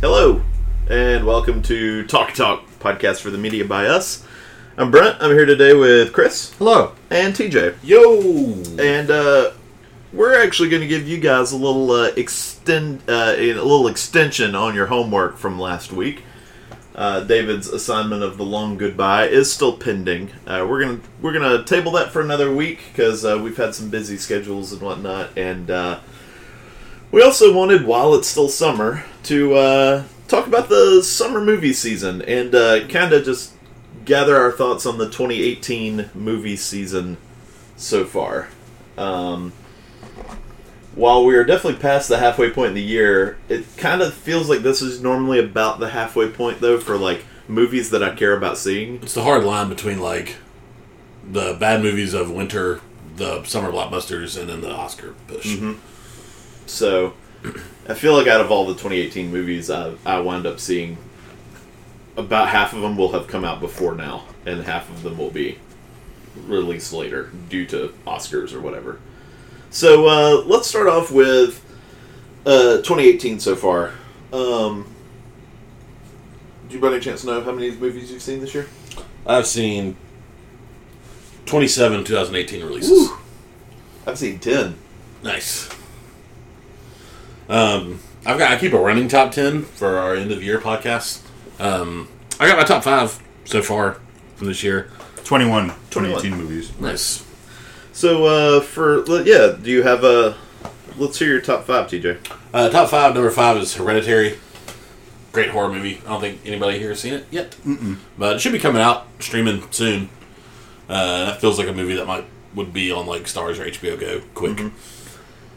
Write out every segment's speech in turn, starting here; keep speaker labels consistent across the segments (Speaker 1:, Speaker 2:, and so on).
Speaker 1: Hello, and welcome to Talk Talk podcast for the media by us. I'm Brent. I'm here today with Chris
Speaker 2: Hello.
Speaker 1: and TJ,
Speaker 2: Yo.
Speaker 1: and uh, we're actually going to give you guys a little uh, extend uh, a little extension on your homework from last week. Uh, David's assignment of the long goodbye is still pending. Uh, we're gonna we're gonna table that for another week because uh, we've had some busy schedules and whatnot, and uh, we also wanted, while it's still summer, to uh, talk about the summer movie season and uh, kind of just gather our thoughts on the 2018 movie season so far. Um, while we are definitely past the halfway point in the year, it kind of feels like this is normally about the halfway point, though, for like movies that I care about seeing.
Speaker 3: It's the hard line between like the bad movies of winter, the summer blockbusters, and then the Oscar push.
Speaker 1: So I feel like out of all the 2018 movies I, I wound up seeing, about half of them will have come out before now, and half of them will be released later due to Oscars or whatever. So uh, let's start off with uh, 2018 so far. Um, do you by any chance know how many movies you've seen this year?
Speaker 3: I've seen 27 2018 releases.
Speaker 1: Woo. I've seen 10.
Speaker 3: Nice. Um, I've got I keep a running top 10 for our end of year podcast. Um, I got my top five so far from this year.
Speaker 2: 21
Speaker 1: 21.
Speaker 2: 2018 movies.
Speaker 3: Nice.
Speaker 1: So uh, for let- yeah, do you have a? Let's hear your top five, TJ.
Speaker 3: Uh, top five, number five is Hereditary. Great horror movie. I don't think anybody here has seen it yet, Mm-mm. but it should be coming out streaming soon. Uh, that feels like a movie that might would be on like Stars or HBO Go quick.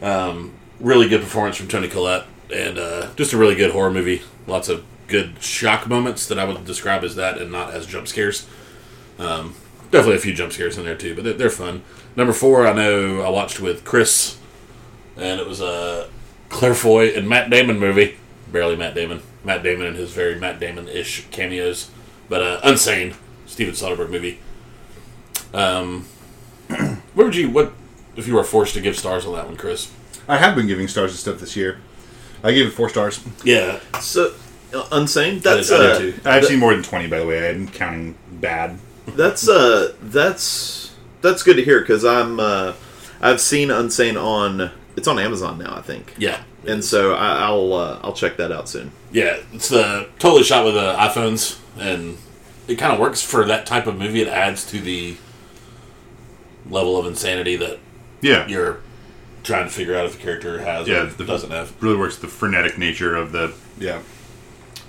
Speaker 3: Um, really good performance from Tony Collette, and uh, just a really good horror movie. Lots of good shock moments that I would describe as that, and not as jump scares. Um, definitely a few jump scares in there too, but they're, they're fun. Number four, I know I watched with Chris, and it was uh, a Claire Foy and Matt Damon movie. Barely Matt Damon. Matt Damon and his very Matt Damon ish cameos, but uh, Unsane, Steven Soderbergh movie. Um, what would you what if you were forced to give stars on that one, Chris?
Speaker 2: I have been giving stars and stuff this year. I gave it four stars.
Speaker 3: Yeah,
Speaker 1: So, uh, Unsane.
Speaker 3: That is
Speaker 1: That's uh,
Speaker 3: good, too.
Speaker 2: I've seen more than 20, by the way. I'm counting bad.
Speaker 1: that's uh, that's that's good to hear because I'm uh, I've seen Unsane on it's on Amazon now I think,
Speaker 3: yeah,
Speaker 1: and so I, I'll uh, I'll check that out soon.
Speaker 3: yeah. It's uh, totally shot with uh, iPhones, and it kind of works for that type of movie. It adds to the level of insanity that
Speaker 2: Yeah.
Speaker 3: you're trying to figure out if the character has
Speaker 2: Yeah,
Speaker 3: or
Speaker 2: the-
Speaker 3: doesn't have.
Speaker 2: Really works the frenetic nature of the. Yeah.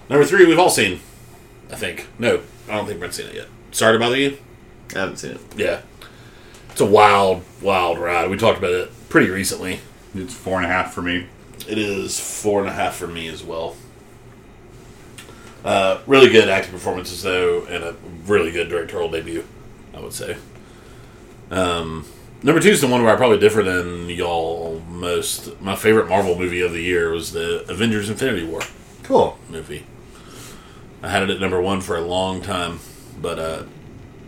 Speaker 3: Number three, we've all seen. I think. No, I don't think Brent's seen it yet. Sorry to bother you.
Speaker 1: I haven't seen it.
Speaker 3: Yeah, it's a wild, wild ride. We talked about it pretty recently.
Speaker 2: It's four and a half for me.
Speaker 3: It is four and a half for me as well. Uh, really good acting performances though, and a really good directorial debut, I would say. Um, number two is the one where I probably differ than y'all most. My favorite Marvel movie of the year was the Avengers: Infinity War.
Speaker 2: Cool.
Speaker 3: movie. I had it at number one for a long time, but uh,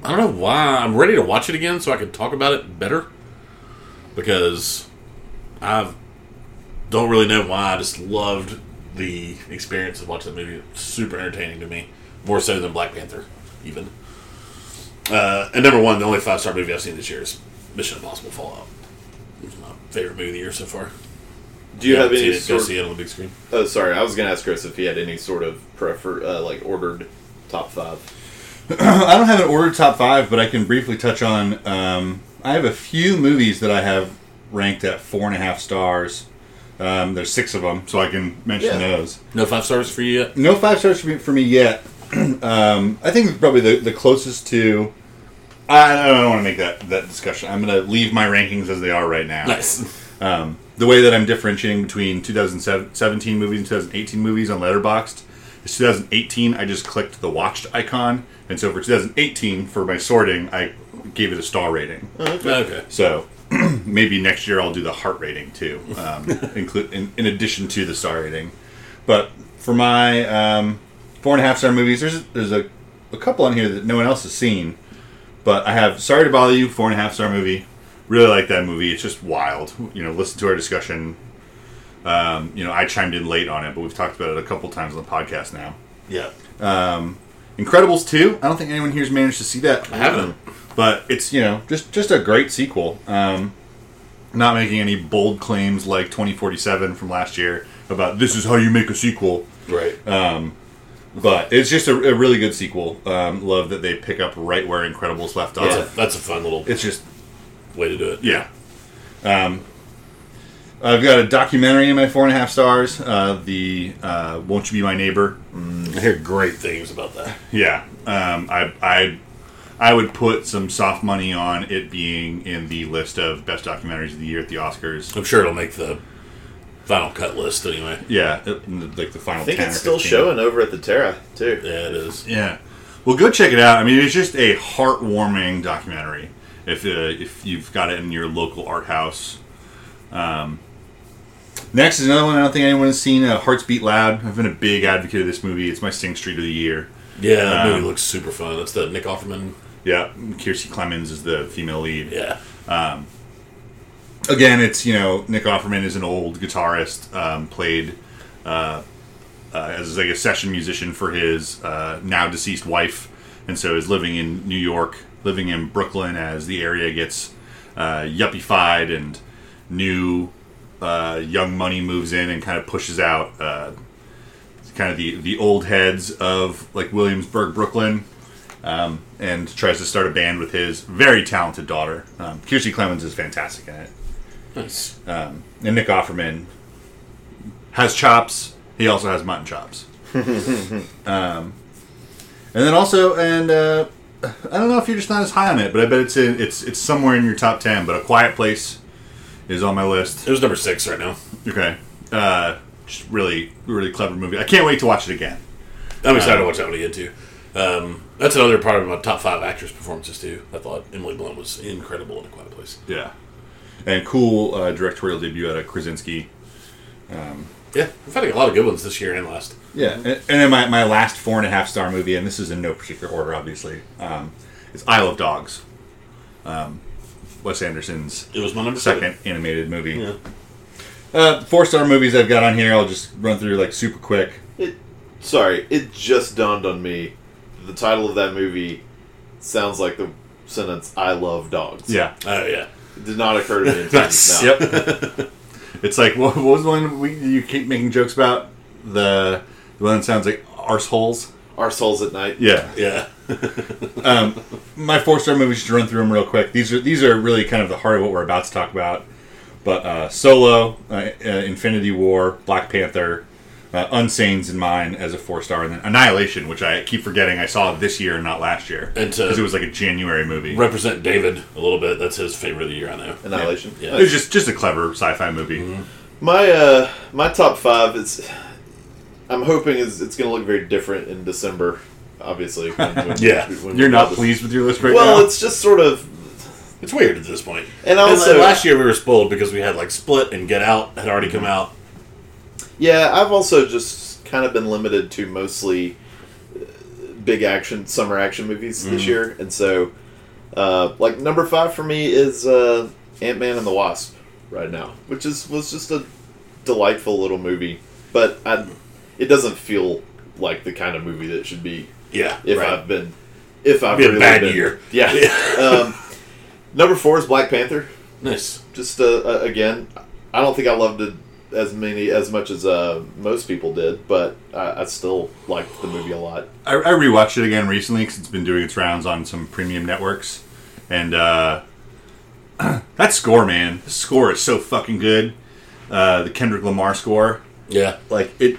Speaker 3: I don't know why. I'm ready to watch it again so I can talk about it better because I don't really know why. I just loved the experience of watching the movie. It's super entertaining to me, more so than Black Panther, even. Uh, and number one, the only five star movie I've seen this year is Mission Impossible Fallout. It's my favorite movie of the year so far.
Speaker 1: Do you have
Speaker 3: haven't
Speaker 1: any
Speaker 3: seen it, go
Speaker 1: sort?
Speaker 3: see it on the big screen.
Speaker 1: Oh, sorry, I was gonna ask Chris if he had any sort of prefer uh, like ordered top five.
Speaker 2: I don't have an ordered top five, but I can briefly touch on. Um, I have a few movies that I have ranked at four and a half stars. Um, there's six of them, so I can mention
Speaker 1: Yeah.
Speaker 2: those.
Speaker 3: No five stars for you yet?
Speaker 2: No five stars for me, for me yet. um, I think probably the, the closest to. I, I don't want to make that, that discussion. I'm going to leave my rankings as they are right now.
Speaker 3: Nice.
Speaker 2: Um, the way that I'm differentiating between 2017 movies and 2018 movies on Letterboxd is 2018. I just clicked the watched icon, and so for 2018 for my sorting, I gave it a star rating.
Speaker 3: Okay.
Speaker 2: So maybe next year I'll do the heart rating too, um, include in, in addition to the star rating. But for my um, four and a half star movies, there's there's a, a couple on here that no one else has seen. But I have Sorry to Bother You, four and a half star movie. Really like that movie. It's just wild. You know, listen to our discussion. Um, you know, I chimed in late on it, but we've talked about it a couple times on the podcast now.
Speaker 3: Yeah.
Speaker 2: Incredibles 2. I don't think anyone here's managed to see that. I
Speaker 3: haven't.
Speaker 2: But it's, you know, just just a great sequel. Um, not making any bold claims like 2047 from last year about this is how you make a sequel.
Speaker 3: Right.
Speaker 2: Uh, But it's just a, a really good sequel. Um, love that they pick up right where Incredibles left off.
Speaker 3: that's, a, that's a fun little
Speaker 2: It's just
Speaker 3: way to do it.
Speaker 2: Yeah. Um, I've got a documentary in my four and a half stars. Uh, the uh, "Won't You Be My Neighbor."
Speaker 3: I hear great things about that.
Speaker 2: Yeah, um, I, I, I would put some soft money on it being in the list of best documentaries of the year at the Oscars.
Speaker 3: I'm sure it'll make the final cut list anyway.
Speaker 2: Yeah, it- like the final.
Speaker 1: I think
Speaker 2: 10
Speaker 1: it's
Speaker 2: or
Speaker 1: still
Speaker 2: 15.
Speaker 1: showing over at the Terra too.
Speaker 3: Yeah, it is.
Speaker 2: Yeah. Well, go check it out. I mean, it's just a heartwarming documentary. If uh, if you've got it in your local art house. Um, next is another one I don't think anyone has seen. Uh, Hearts Beat Loud. I've been a big advocate of this movie. It's my Sing Street of the year.
Speaker 3: Yeah, that
Speaker 2: Um,
Speaker 3: movie looks super fun. That's the Nick Offerman.
Speaker 2: Yeah, Kiersey Clemens is the female lead.
Speaker 3: Yeah.
Speaker 2: Again, it's you know Nick Offerman is an old guitarist, um, played uh, uh, as like a session musician for his uh, now deceased wife, and so is living in New York, living in Brooklyn as the area gets uh, yuppified and new uh, young money moves in and kind of pushes out uh, kind of the the old heads of like Williamsburg, Brooklyn, um, and tries to start a band with his very talented daughter. Um, Kiersey Clemens is fantastic in it,
Speaker 3: Nice.
Speaker 2: and Nick Offerman has chops. He also has mutton chops. um, and then also, and uh, I don't know if you're just not as high on it, but I bet it's in, it's it's somewhere in your top ten. But a quiet place is on my list.
Speaker 3: It was number six right now.
Speaker 2: Okay. Uh, just really, really clever movie. I can't wait to watch it again.
Speaker 3: I'm excited to watch that one again too. Um, that's another part of my top five actress performances too. I thought Emily Blunt was incredible in A Quiet Place.
Speaker 2: Yeah. And cool uh, directorial debut out of Krasinski.
Speaker 3: Yeah, we've had a lot of good ones this year and last.
Speaker 2: Yeah. And, and then my, my last four and a half star movie, and this is in no particular order, obviously, um, is Isle of Dogs. Um, Wes Anderson's
Speaker 3: It was my number
Speaker 2: second animated movie.
Speaker 3: Yeah.
Speaker 2: Uh, four star movies I've got on here, I'll just run through like super quick.
Speaker 1: It, sorry, it just dawned on me. The title of that movie sounds like the sentence "I love dogs."
Speaker 2: Yeah.
Speaker 3: Oh yeah,
Speaker 1: it did not occur to me. until
Speaker 3: Nice.
Speaker 1: now.
Speaker 2: Yep. it's like what, what was the one we you keep making jokes about the the one that sounds like arseholes.
Speaker 1: Our souls at night.
Speaker 2: Yeah.
Speaker 3: yeah.
Speaker 2: My four star movies. Just run through them real quick. These are these are really kind of the heart of what we're about to talk about. But uh, Solo, uh, uh, Infinity War, Black Panther, uh, Unsane's in mine as a four star, and then Annihilation, which I keep forgetting I saw this year and not last year
Speaker 3: And to-
Speaker 2: because it was like a January movie.
Speaker 3: Represent David a little bit. That's his favorite of the year. I know.
Speaker 1: Annihilation.
Speaker 3: Yeah.
Speaker 2: It was just just a clever sci-fi movie.
Speaker 1: My uh, my top five is. I'm hoping is it's going to look very different in December. Obviously, when, when,
Speaker 3: Yeah.
Speaker 1: when-
Speaker 2: You're not
Speaker 1: when-
Speaker 2: pleased with your list right now.
Speaker 1: Well, it's just sort of
Speaker 3: It's weird at this point.
Speaker 1: And also-
Speaker 3: last year we were spoiled because we had like Split and Get Out had already come out.
Speaker 1: Yeah, I've also just kind of been limited to mostly uh, big action, summer action movies
Speaker 3: Mm.
Speaker 1: this year, and so uh, like number five for me is uh, Ant Man and the Wasp right now, which is was just a delightful little movie, but I, it doesn't feel like the kind of movie that it should be
Speaker 3: Yeah,
Speaker 1: if
Speaker 3: right.
Speaker 1: I've been if I've
Speaker 3: Be a
Speaker 1: really
Speaker 3: bad
Speaker 1: been-
Speaker 3: year.
Speaker 1: Yeah.
Speaker 3: Yeah.
Speaker 1: um, number four is Black Panther
Speaker 3: nice.
Speaker 1: just uh, uh, again, I don't think I loved it as many as much as uh, most people did, but I, I still liked the movie a lot.
Speaker 2: I, I rewatched it again recently because it's been doing its rounds on some premium networks, and uh, that score, man, the score is so fucking good. Uh, the Kendrick Lamar score,
Speaker 3: Yeah,
Speaker 2: like it,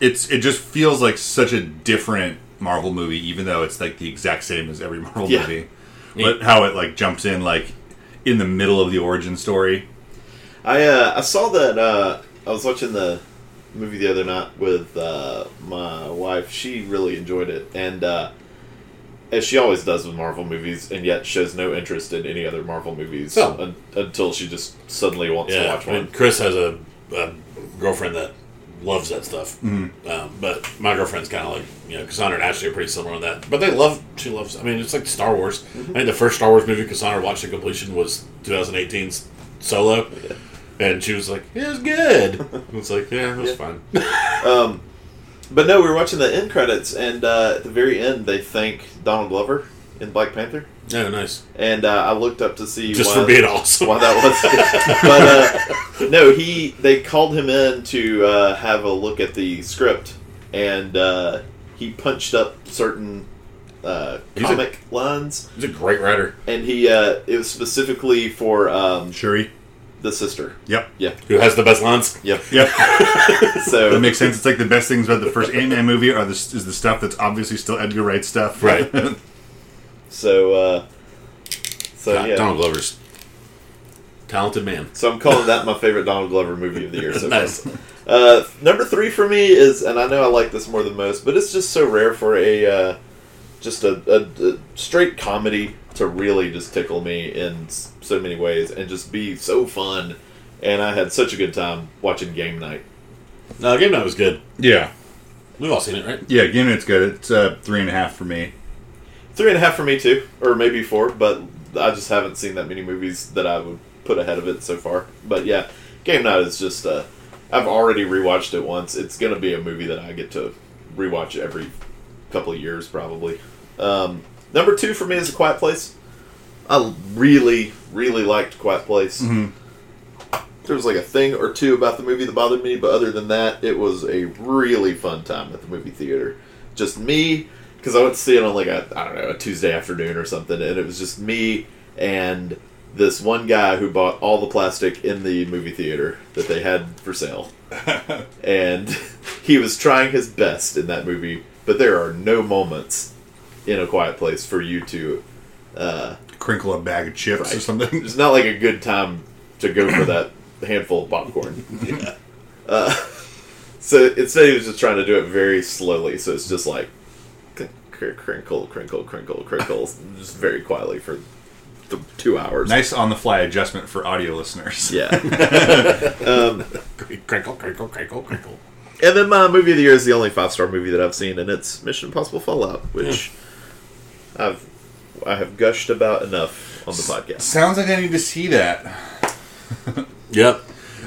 Speaker 2: it's it just feels like such a different Marvel movie, even though it's like the exact same as every Marvel
Speaker 1: Yeah.
Speaker 2: movie.
Speaker 3: Neat.
Speaker 2: But how it like jumps in like in the middle of the origin story.
Speaker 1: I uh, I saw that uh, I was watching the movie the other night with uh, my wife. She really enjoyed it, and uh, as she always does with Marvel movies, and yet shows no interest in any other Marvel movies
Speaker 3: Oh.
Speaker 1: un- until she just suddenly wants to
Speaker 3: yeah.
Speaker 1: watch
Speaker 3: I
Speaker 1: one.
Speaker 3: mean, Chris has a, a girlfriend that loves that stuff, um, but my girlfriend's kind of like you know Cassandra and Ashley are pretty similar on that. But they love she loves. I mean, it's like Star Wars. I think the first Star Wars movie Cassandra watched to completion was 2018's Solo. And she was like, "It was good." And It's like, "Yeah, it was fine."
Speaker 1: Um, but no, we were watching the end credits, and uh, at the very end, they thank Donald Glover in Black Panther.
Speaker 3: Oh, nice.
Speaker 1: And uh, I looked up to see
Speaker 3: Just
Speaker 1: why,
Speaker 3: for being awesome.
Speaker 1: why that was. but uh, no, he they called him in to uh, have a look at the script, and uh, he punched up certain uh,
Speaker 3: He's a-
Speaker 1: comic lines,
Speaker 3: He's a great writer.
Speaker 1: and he uh, it was specifically for um,
Speaker 2: Shuri.
Speaker 1: the sister.
Speaker 2: Yep.
Speaker 1: Yeah,
Speaker 3: Who has the best lines?
Speaker 1: yeah.
Speaker 2: Yep.
Speaker 1: So
Speaker 2: That makes sense. It's like the best things about the first Ant Man movie are the, is the stuff that's obviously still Edgar Wright stuff.
Speaker 3: Right.
Speaker 1: so uh, so
Speaker 3: Don-
Speaker 1: yeah.
Speaker 3: Donald Glover's talented man.
Speaker 1: So I'm calling that my favorite Donald Glover movie of the year. So far.
Speaker 3: nice.
Speaker 1: Uh, number three for me is, and I know I like this more than most, but it's just so rare for a uh, just a, a, a straight comedy to really just tickle me in s- so many ways and just be so fun. And I had such a good time watching Game Night.
Speaker 3: No, game night was good.
Speaker 2: Yeah.
Speaker 3: We've all seen it, right?
Speaker 2: Yeah, Game Night's good. It's uh, three and a half for me.
Speaker 1: Three and a half for me too, or maybe four, but I just haven't seen that many movies that I would put ahead of it so far. But yeah, Game Night is just. Uh, I've already rewatched it once. It's gonna be a movie that I get to rewatch every couple of years, probably. Um, number two for me is A Quiet Place. I really, really liked Quiet Place. There was like a thing or two about the movie that bothered me, but other than that, it was a really fun time at the movie theater. Just me, because I went to see it on like a I don't know a Tuesday afternoon or something, and it was just me and this one guy who bought all the plastic in the movie theater that they had for sale, and he was trying his best in that movie. But there are no moments in a quiet place for you to. Uh,
Speaker 2: Crinkle a bag of chips or
Speaker 1: Right.
Speaker 2: something.
Speaker 1: it's not like a good time to go for that handful of popcorn. Uh, so instead, he was just trying to do it very slowly. So it's just like cr- cr- crinkle, crinkle, crinkle, crinkle, just very quietly for th- two hours.
Speaker 2: nice on the fly adjustment for audio listeners.
Speaker 1: Yeah.
Speaker 3: Crinkle, crinkle, crinkle, crinkle.
Speaker 1: and then my movie of the year is the only five star movie that I've seen, and it's Mission Impossible Fallout, which I've I have gushed about enough on the podcast.
Speaker 2: Sounds like I need to see that.
Speaker 3: Yep.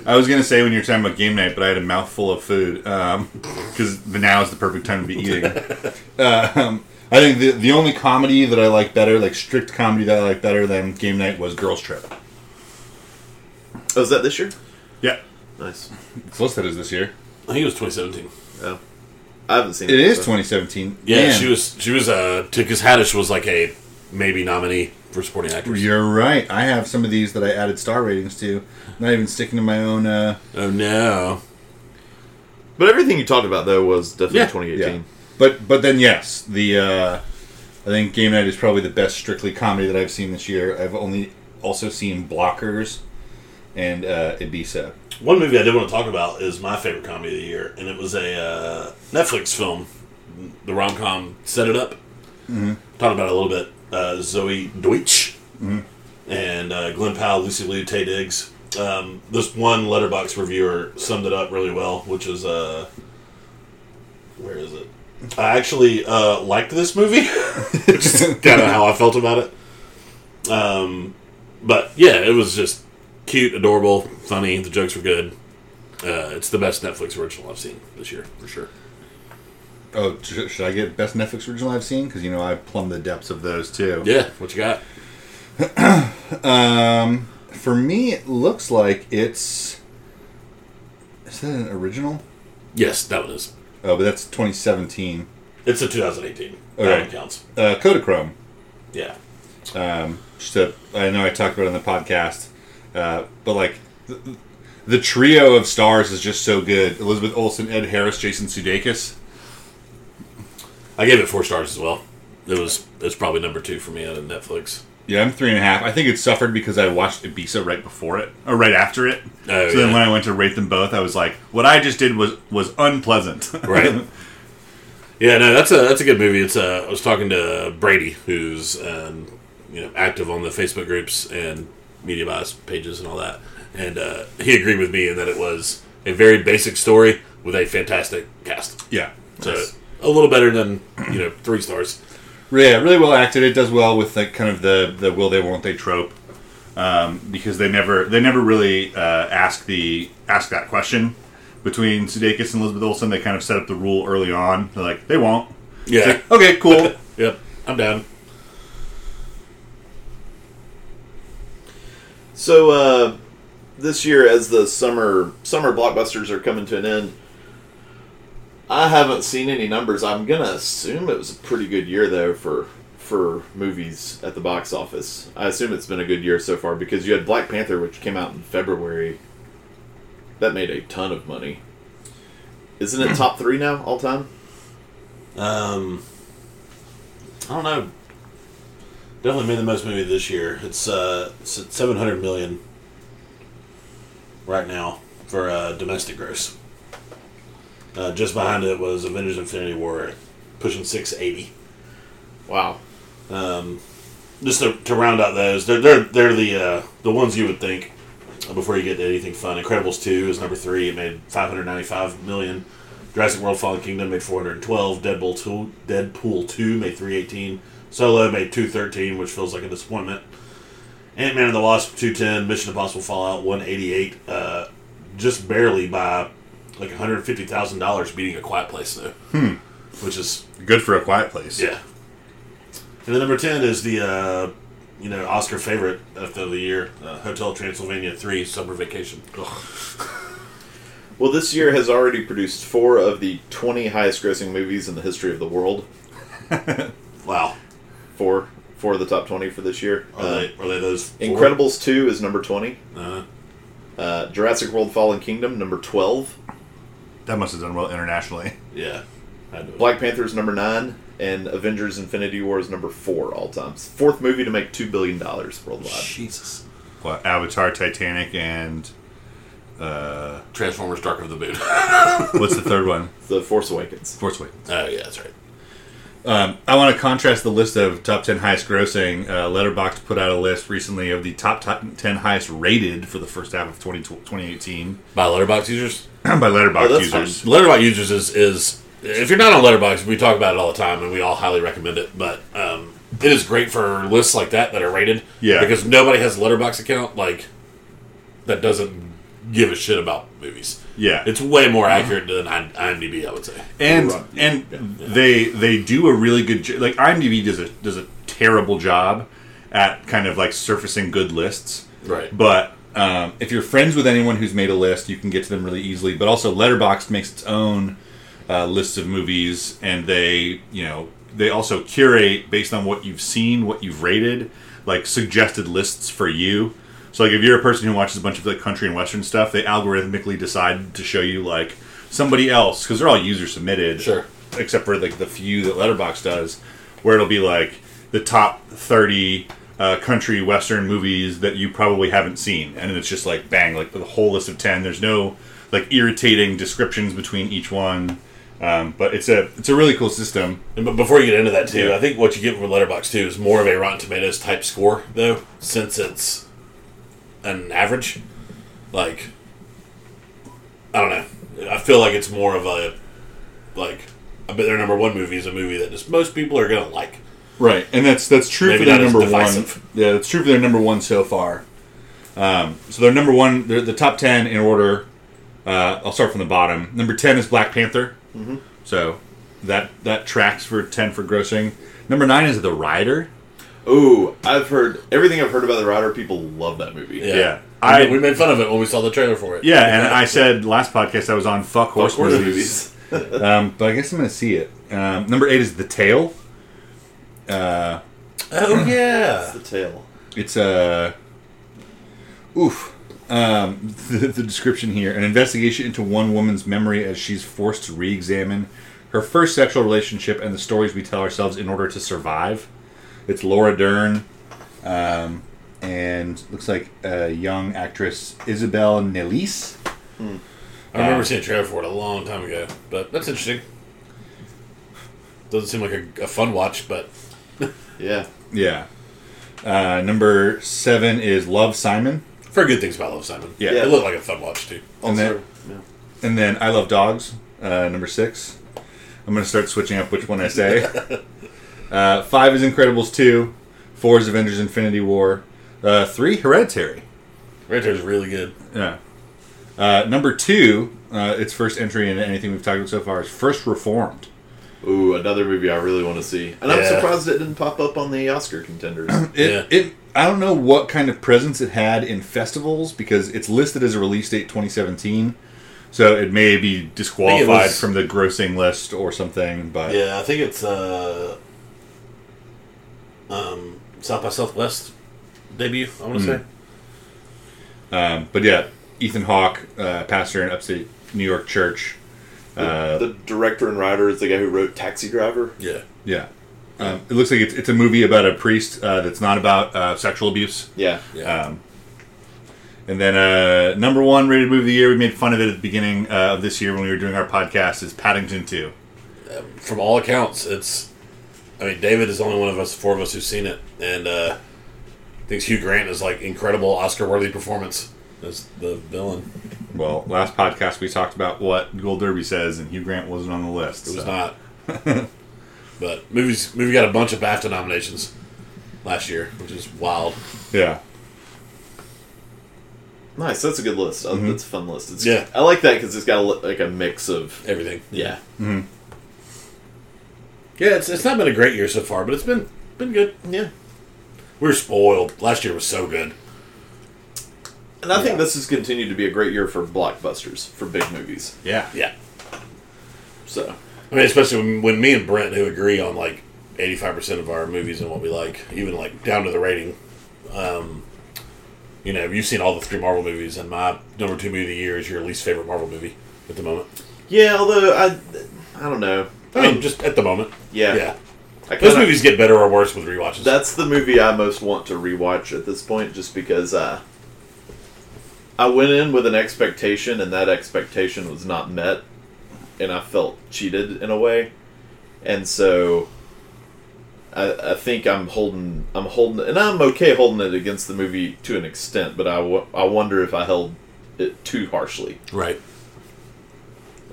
Speaker 2: I was gonna say when you were talking about game night, but I had a mouthful of food because the now is the perfect time to be eating. Uh, um, I think the the only comedy that I like better, like strict comedy that I like better than game night, was Girls Trip.
Speaker 1: Oh, is that this year?
Speaker 2: Yeah,
Speaker 1: Nice.
Speaker 2: it's listed as this year.
Speaker 3: I think it was 2017.
Speaker 1: Oh. I haven't seen it.
Speaker 2: It is
Speaker 1: so-
Speaker 2: 2017.
Speaker 3: Yeah,
Speaker 2: Man,
Speaker 3: she was. She was. Uh, Tikas Haddish was like a maybe nominee for supporting actress.
Speaker 2: You're right. I have some of these that I added star ratings to. Not even sticking to my own. Uh,
Speaker 3: Oh no.
Speaker 1: But everything you talked about though was definitely
Speaker 3: Yeah.
Speaker 1: 2018.
Speaker 2: yeah, but but then yes, the uh, I think game night is probably the best strictly comedy that I've seen this year. I've only also seen Blockers and uh, Ibiza.
Speaker 3: One movie I did want to talk about is my favorite comedy of the year, and it was a uh, Netflix film. The rom com set it up. Mm-hmm. Talked about it a little bit. Uh, Zoe Deutsch and uh, Glenn Powell, Lucy Liu, Tay Diggs. Um, this one letterbox reviewer summed it up really well, which is uh, where is it? I actually uh, liked this movie, which is kind of how I felt about it. Um, but yeah, it was just cute, adorable, funny. The jokes were good. Uh, it's the best Netflix original I've seen this year for sure.
Speaker 2: Oh, sh- should I get best Netflix original I've seen? Because you know I plumbed the depths of those too.
Speaker 3: Yeah, what you got?
Speaker 2: Um, for me, it looks like it's is that an original?
Speaker 3: Yes, that one is.
Speaker 2: Oh, but that's 2017.
Speaker 3: It's a 2018. That
Speaker 2: Okay.
Speaker 3: one counts.
Speaker 2: Uh, Kodachrome.
Speaker 3: Yeah,
Speaker 2: um, just a, I know I talked about it on the podcast, uh, but like the, the trio of stars is just so good: Elizabeth Olsen, Ed Harris, Jason Sudeikis.
Speaker 3: I gave it four stars as well. It was. It's probably number two for me out of Netflix.
Speaker 2: Yeah, I'm three and a half. I think it suffered because I watched Ibiza right before it, or right after it.
Speaker 3: Oh,
Speaker 2: so
Speaker 3: yeah.
Speaker 2: then when I went to rate them both, I was like, "What I just did was was unpleasant."
Speaker 3: Right. Yeah, no, that's a that's a good movie. It's uh, I was talking to Brady, who's um, you know active on the Facebook groups and media bias pages and all that, and uh, he agreed with me in that it was a very basic story with a fantastic cast.
Speaker 2: yeah.
Speaker 3: So a little better than you know three stars.
Speaker 2: Yeah, really well acted. It does well with like kind of the the will they won't they trope. um, because they never they never really uh, ask the ask that question between Sudeikis and Elizabeth Olsen. They kind of set up the rule early on. They're like, they won't. It's
Speaker 3: Yeah.
Speaker 2: like, okay, cool.
Speaker 3: Yep. I'm down.
Speaker 1: So uh, this year, as the summer summer blockbusters are coming to an end, I haven't seen any numbers. I'm gonna assume it was a pretty good year though for for movies at the box office. I assume it's been a good year so far because you had Black Panther, which came out in February. That made a ton of money. Isn't it top three now all time?
Speaker 3: Um, I don't know. Definitely made the most movie this year. It's uh, it's at seven hundred million right now for uh, domestic gross. Uh, just behind it was Avengers: Infinity War, pushing six eighty.
Speaker 1: Wow.
Speaker 3: Just to, to round out those, they're they're they're the uh, the ones you would think uh, before you get to anything fun. Incredibles two is number three. It made five hundred ninety five million. Jurassic World: Fallen Kingdom made 412. Deadpool 2, Deadpool 2 made 318. Solo made 213, which feels like a disappointment. Ant Man and the Wasp 210. Mission Impossible Fallout 188. Uh, just barely by like 150 thousand dollars, beating A Quiet Place though, which is
Speaker 2: Good for a quiet place.
Speaker 3: yeah. And then number ten is the uh, you know Oscar favorite of the year, uh, Hotel Transylvania three Summer Vacation.
Speaker 1: Well, this year has already produced four of the 20 highest grossing movies in the history of the world.
Speaker 3: Wow,
Speaker 1: Four, four of the top 20 for this year.
Speaker 3: are
Speaker 1: Uh,
Speaker 3: they are they those four?
Speaker 1: Incredibles 2 is number 20.
Speaker 3: Uh,
Speaker 1: Uh, Jurassic World Fallen Kingdom, number 12.
Speaker 2: That must have done well internationally.
Speaker 3: yeah, I do.
Speaker 1: Black Panther is number 9. And Avengers Infinity War is number 4 all time. It's the Fourth movie to make $2 billion worldwide.
Speaker 3: Jesus.
Speaker 2: Well, Avatar, Titanic, and
Speaker 3: Transformers: Dark of the Moon.
Speaker 2: what's the third one?
Speaker 1: The Force Awakens.
Speaker 2: Force Awakens.
Speaker 3: Oh yeah, that's right.
Speaker 2: Um, I want to contrast the list of top 10 highest grossing. Uh, Letterboxd put out a list recently of the top ti- 10 highest rated for the first half of 20, 2018
Speaker 3: By Letterbox users.
Speaker 2: by Letterboxd
Speaker 1: Oh, that's
Speaker 2: users.
Speaker 3: Letterbox users is is if you're not on Letterbox, we talk about it all the time, and we all highly recommend it. But um, it is great for lists like that that are rated.
Speaker 2: Yeah.
Speaker 3: because nobody has a Letterbox account like that doesn't give a shit about movies.
Speaker 2: Yeah.
Speaker 3: It's way more accurate than I- IMDb, I would say.
Speaker 2: and
Speaker 1: Right.
Speaker 2: and they they do a really good jo- like IMDb does a does a terrible job at kind of like surfacing good lists.
Speaker 3: Right.
Speaker 2: But um, if you're friends with anyone who's made a list, you can get to them really easily. But also Letterboxd makes its own uh, lists of movies, and they you know they also curate based on what you've seen, what you've rated, like suggested lists for you. So like if you're a person who watches a bunch of like country and western stuff, they algorithmically decide to show you like somebody else because they're all user submitted,
Speaker 3: Sure.
Speaker 2: except for like the few that Letterbox does, where it'll be like the top thirty. Uh, country western movies that you probably haven't seen and it's just like bang like the whole list of 10 there's no like irritating descriptions between each one um, but it's a it's a really cool system.
Speaker 3: And but before you get into that too,
Speaker 2: Yeah.
Speaker 3: I think what you get from Letterbox too is more of a Rotten Tomatoes type score though, since it's an average. Like, I don't know. I feel like it's more of a like. I bet their number one movie is a movie that just most people are gonna like.
Speaker 2: Right, and that's that's true
Speaker 3: Maybe
Speaker 2: for their
Speaker 3: not as
Speaker 2: number one.
Speaker 3: divisive.
Speaker 2: Yeah, that's true for their number one so far. Um, so their number one, they're the top ten in order. Uh, I'll start from the bottom. Number ten is Black Panther. Mm-hmm. So that that tracks for ten for grossing. Number nine is The Rider.
Speaker 1: Ooh, I've heard everything I've heard about The Rider. People love that movie.
Speaker 2: Yeah.
Speaker 3: I
Speaker 2: I-
Speaker 3: we made fun of it when we saw the trailer for it.
Speaker 2: Yeah, and I said last podcast I was on fuck horse,
Speaker 1: Of course,
Speaker 2: movies.
Speaker 1: movies.
Speaker 2: Um, but I guess I'm gonna see it. Um, number eight is The Tail.
Speaker 3: Oh yeah.
Speaker 1: The tail.
Speaker 2: It's a uh, oof. Um, the, the description here: an investigation into one woman's memory as she's forced to re-examine her first sexual relationship and the stories we tell ourselves in order to survive. It's Laura Dern, um, and looks like uh, young actress Isabel Nellis.
Speaker 3: I
Speaker 2: Uh.
Speaker 3: remember seeing a trailer for it a long time ago, but that's interesting. Doesn't seem like a, a fun watch, but
Speaker 1: Yeah.
Speaker 2: Yeah. Uh, number seven is Love Simon,
Speaker 3: I've heard good things about Love Simon.
Speaker 2: Yeah.
Speaker 3: it looked like a fun watch too.
Speaker 2: and
Speaker 1: Also,
Speaker 2: then
Speaker 1: yeah.
Speaker 2: and then I Love Dogs, uh, number six. I'm gonna start switching up which one I say. uh, five is Incredibles two, four is Avengers Infinity War, Uh, three, Hereditary.
Speaker 3: Hereditary's really good.
Speaker 2: Yeah. Uh, number two, uh, its first entry in anything we've talked about so far is First Reformed.
Speaker 1: Ooh, another movie I really want to see, and I'm
Speaker 3: Yeah.
Speaker 1: surprised it didn't pop up on the Oscar contenders.
Speaker 2: It,
Speaker 3: Yeah.
Speaker 2: it I don't know what kind of presence it had in festivals because it's listed as a release date 2017. So it may be disqualified
Speaker 3: was-
Speaker 2: from the grossing list or something, but
Speaker 3: Yeah, I think it's uh, um, South by Southwest debut. I want to say.
Speaker 2: um, but yeah, Ethan Hawke, uh, pastor in upstate New York church.
Speaker 1: the director and writer is the guy who wrote Taxi Driver.
Speaker 3: Yeah.
Speaker 2: Yeah, um, it looks like it's, it's a movie about a priest uh, that's not about uh, sexual abuse.
Speaker 1: Yeah,
Speaker 3: Yeah.
Speaker 2: Um, and then uh, number one rated movie of the year, we made fun of it at the beginning uh, of this year when we were doing our podcast, is Paddington Two.
Speaker 3: From all accounts, it's. I mean, David is the only one of us, four of us, who've seen it, and uh, thinks Hugh Grant is like incredible Oscar-worthy performance as the villain.
Speaker 2: Well, last podcast we talked about what Gold Derby says, and Hugh Grant wasn't on the list.
Speaker 3: It was
Speaker 2: so.
Speaker 3: not. but movies movie got a bunch of BAFTA nominations last year, which is wild.
Speaker 2: Yeah,
Speaker 1: nice. That's a good list. Uh, That's a fun list. It's,
Speaker 3: Yeah.
Speaker 1: I like that because it's got a, li- like a mix of
Speaker 3: Everything.
Speaker 1: yeah.
Speaker 3: Yeah, it's, it's not been a great year so far, but it's been been good.
Speaker 1: Yeah.
Speaker 3: We were spoiled. Last year was so good.
Speaker 1: And I
Speaker 3: Yeah.
Speaker 1: think this has continued to be a great year for blockbusters, for big movies.
Speaker 2: yeah,
Speaker 3: Yeah.
Speaker 1: So,
Speaker 3: I mean, especially when, when me and Brent, who agree on like 85% of our movies and what we like, even like down to the rating. Um, you know, you've seen all the three Marvel movies, and my number two movie of the year is your least favorite Marvel movie at the moment.
Speaker 1: yeah, although I, I don't know.
Speaker 3: I mean,
Speaker 1: Um,
Speaker 3: just at the moment.
Speaker 1: yeah.
Speaker 3: Yeah.
Speaker 1: I
Speaker 3: Those
Speaker 1: kinda-
Speaker 3: movies get better or worse with rewatches.
Speaker 1: That's the movie I most want to rewatch at this point, just because uh, I went in with an expectation, and that expectation was not met, and I felt cheated in a way, and so I, I think I'm holding, I'm holding, and I'm okay holding it against the movie to an extent, but I, w- I wonder if I held it too harshly.
Speaker 3: right.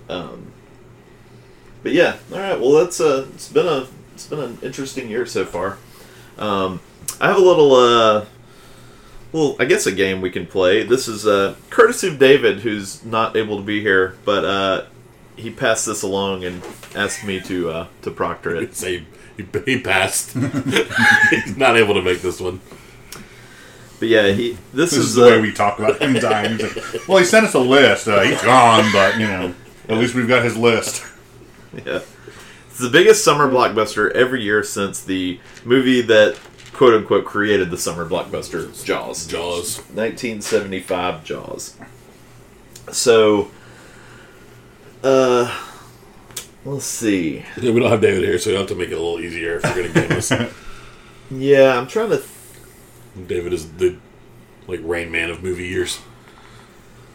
Speaker 1: Um, but yeah, all right. Well, that's uh, it's been a it's been an interesting year so far. Um, I have a little uh, well, I guess a game we can play. This is uh, courtesy of David, who's not able to be here, but uh, he passed this along and asked me to uh, to proctor it.
Speaker 3: So he, he, he passed. He's not able to make this one.
Speaker 1: But yeah, he this,
Speaker 2: this
Speaker 1: is,
Speaker 2: is the
Speaker 1: uh,
Speaker 2: way we talk about him dying. He's like, well, he sent us a list. Uh, he's gone, but you know, at least we've got his list.
Speaker 1: Yeah. It's the biggest summer blockbuster every year since the movie that quote unquote created the summer blockbuster, Jaws.
Speaker 3: Jaws.
Speaker 1: 1975 Jaws. So, uh, let's see.
Speaker 3: Yeah, we don't have David here, so we will have to make it a little easier if we're going to game this.
Speaker 1: Yeah, I'm trying to. Th-
Speaker 3: David is the like Rain Man of movie years.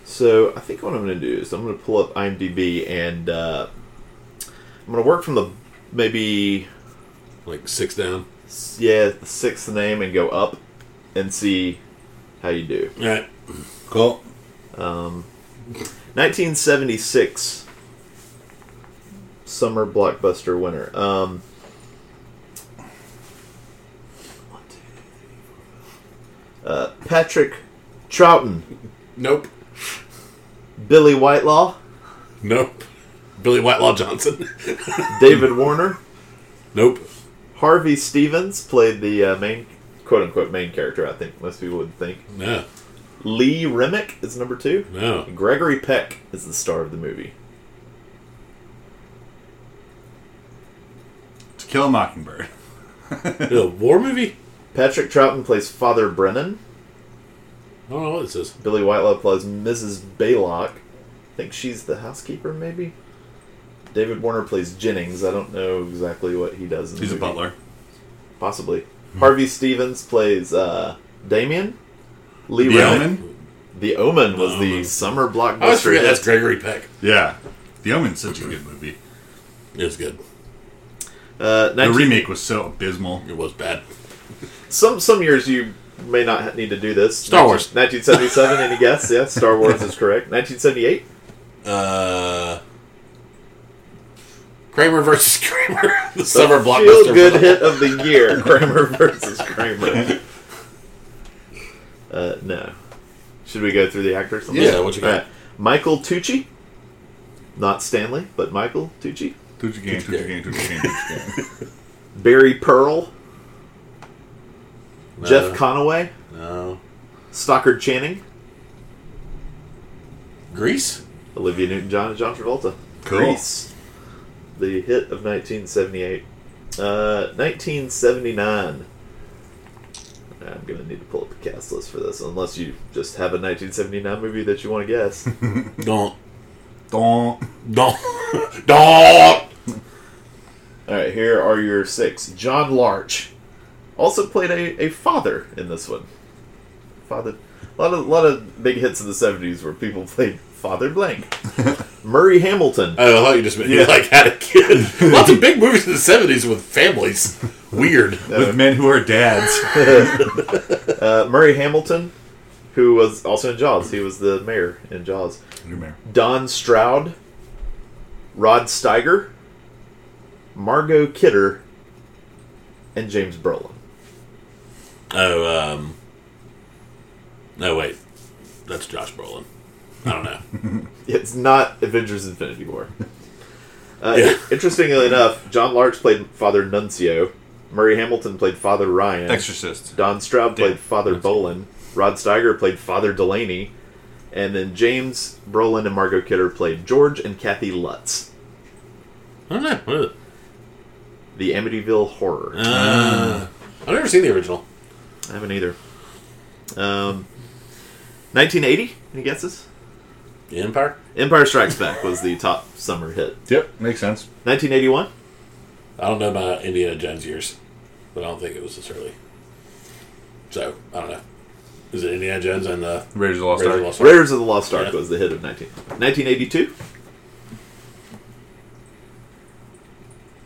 Speaker 1: so, I think what I'm going to do is I'm going to pull up IMDb and uh, I'm going to work from the maybe
Speaker 3: Like six down.
Speaker 1: s- yeah the sixth name and go up and see how you do.
Speaker 3: All right.
Speaker 2: Cool.
Speaker 1: 1976 summer blockbuster winner. Um, uh, Patrick Troughton,
Speaker 3: Nope.
Speaker 1: Billy Whitelaw,
Speaker 3: Nope. Billy Whitelaw Johnson.
Speaker 1: David Warner,
Speaker 3: nope.
Speaker 1: Harvey Stevens played the uh, main, quote unquote, main character. I think most people would think
Speaker 3: No.
Speaker 1: Lee Remick is number two.
Speaker 3: No.
Speaker 1: Gregory Peck is the star of the movie.
Speaker 2: To Kill a Mockingbird.
Speaker 3: A war movie?
Speaker 1: Patrick Troughton plays Father Brennan.
Speaker 3: I don't know what this is.
Speaker 1: Billy Whitelaw plays Mrs. Baylock. I think she's the housekeeper, maybe. David Warner plays Jennings. I don't know exactly what he does. In the
Speaker 2: He's a
Speaker 1: movie.
Speaker 2: butler.
Speaker 1: possibly. Harvey Stevens plays uh, Damien. Lee
Speaker 2: The
Speaker 1: Remick-
Speaker 2: Omen. Oh,
Speaker 1: The Omen was the
Speaker 3: Omen.
Speaker 1: summer
Speaker 3: I always
Speaker 1: blockbuster.
Speaker 3: forget that's
Speaker 1: hit.
Speaker 3: Gregory Peck.
Speaker 2: Yeah, The Omen's such a good movie.
Speaker 3: It was good.
Speaker 1: Uh,
Speaker 2: The
Speaker 1: 19
Speaker 2: remake was so abysmal.
Speaker 3: It was bad.
Speaker 1: Some some years you may not ha- need to do this.
Speaker 3: Star Wars.
Speaker 1: 1977. any guess? Yeah, Star Wars is correct. 1978.
Speaker 3: Uh. Kramer versus Kramer. The
Speaker 1: The
Speaker 3: summer blockbuster.
Speaker 1: Feel good hit of the year. Kramer versus Kramer. Uh, no. Should we go through the actors? on
Speaker 3: Yeah,
Speaker 1: this?
Speaker 3: what you got?
Speaker 1: Alright. Michael Tucci, not Stanley, but Michael Tucci.
Speaker 2: Tucci gang, Tucci gang, Tucci gang, Tucci gang.
Speaker 1: Barry Pearl,
Speaker 3: No.
Speaker 1: Jeff Conaway,
Speaker 3: No.
Speaker 1: Stockard Channing,
Speaker 3: Grease?
Speaker 1: Olivia Newton-John, and John Travolta.
Speaker 2: Cool.
Speaker 1: Grease, the hit of 1978. Uh, 1979. I'm gonna need to pull up the cast list for this, unless you just have a 1979 movie that you want to guess.
Speaker 3: Don't.
Speaker 2: Don't.
Speaker 3: Don't. Don't.
Speaker 1: All right, here are your six. John Larch also played a, a father in this one. Father, a lot of lot of big hits in the seventies where people played father blank. Murray Hamilton,
Speaker 3: Oh, I thought you just meant you
Speaker 1: Yeah.
Speaker 3: like had a kid. Lots of big movies in the seventies with families. Weird.
Speaker 2: With men who are dads.
Speaker 1: uh, Murray Hamilton, who was also in Jaws. He was the mayor in Jaws.
Speaker 2: You're married.
Speaker 1: Don Stroud, Rod Steiger, Margot Kidder, and James Brolin.
Speaker 3: Oh, um, no wait, that's Josh Brolin. I don't know.
Speaker 1: It's not Avengers Infinity War. Uh,
Speaker 3: Yeah.
Speaker 1: Interestingly enough, John Larch played Father Nuncio. Murray Hamilton played Father Ryan.
Speaker 2: Exorcist.
Speaker 1: Don Stroud played
Speaker 3: Yeah,
Speaker 1: Father Bolin. Rod Steiger played Father Delaney. And then James Brolin and Margot Kidder played George and Kathy Lutz.
Speaker 3: I don't know. What is it?
Speaker 1: The Amityville Horror.
Speaker 3: Uh, I've never seen the original.
Speaker 1: I haven't either. Um, 1980? Any guesses?
Speaker 3: The Empire.
Speaker 1: Empire Strikes Back was the top summer hit.
Speaker 2: Yep, makes sense.
Speaker 1: 1981?
Speaker 3: I don't know about Indiana Jones years, but I don't think it was this early. So I don't know. Is it Indiana Jones and the
Speaker 2: Raiders of the
Speaker 3: Raiders of
Speaker 2: Lost
Speaker 3: the
Speaker 2: Ark.
Speaker 3: Lost Ark?
Speaker 1: Raiders of the Lost Ark
Speaker 3: Yeah.
Speaker 1: was the hit of 19, 1982.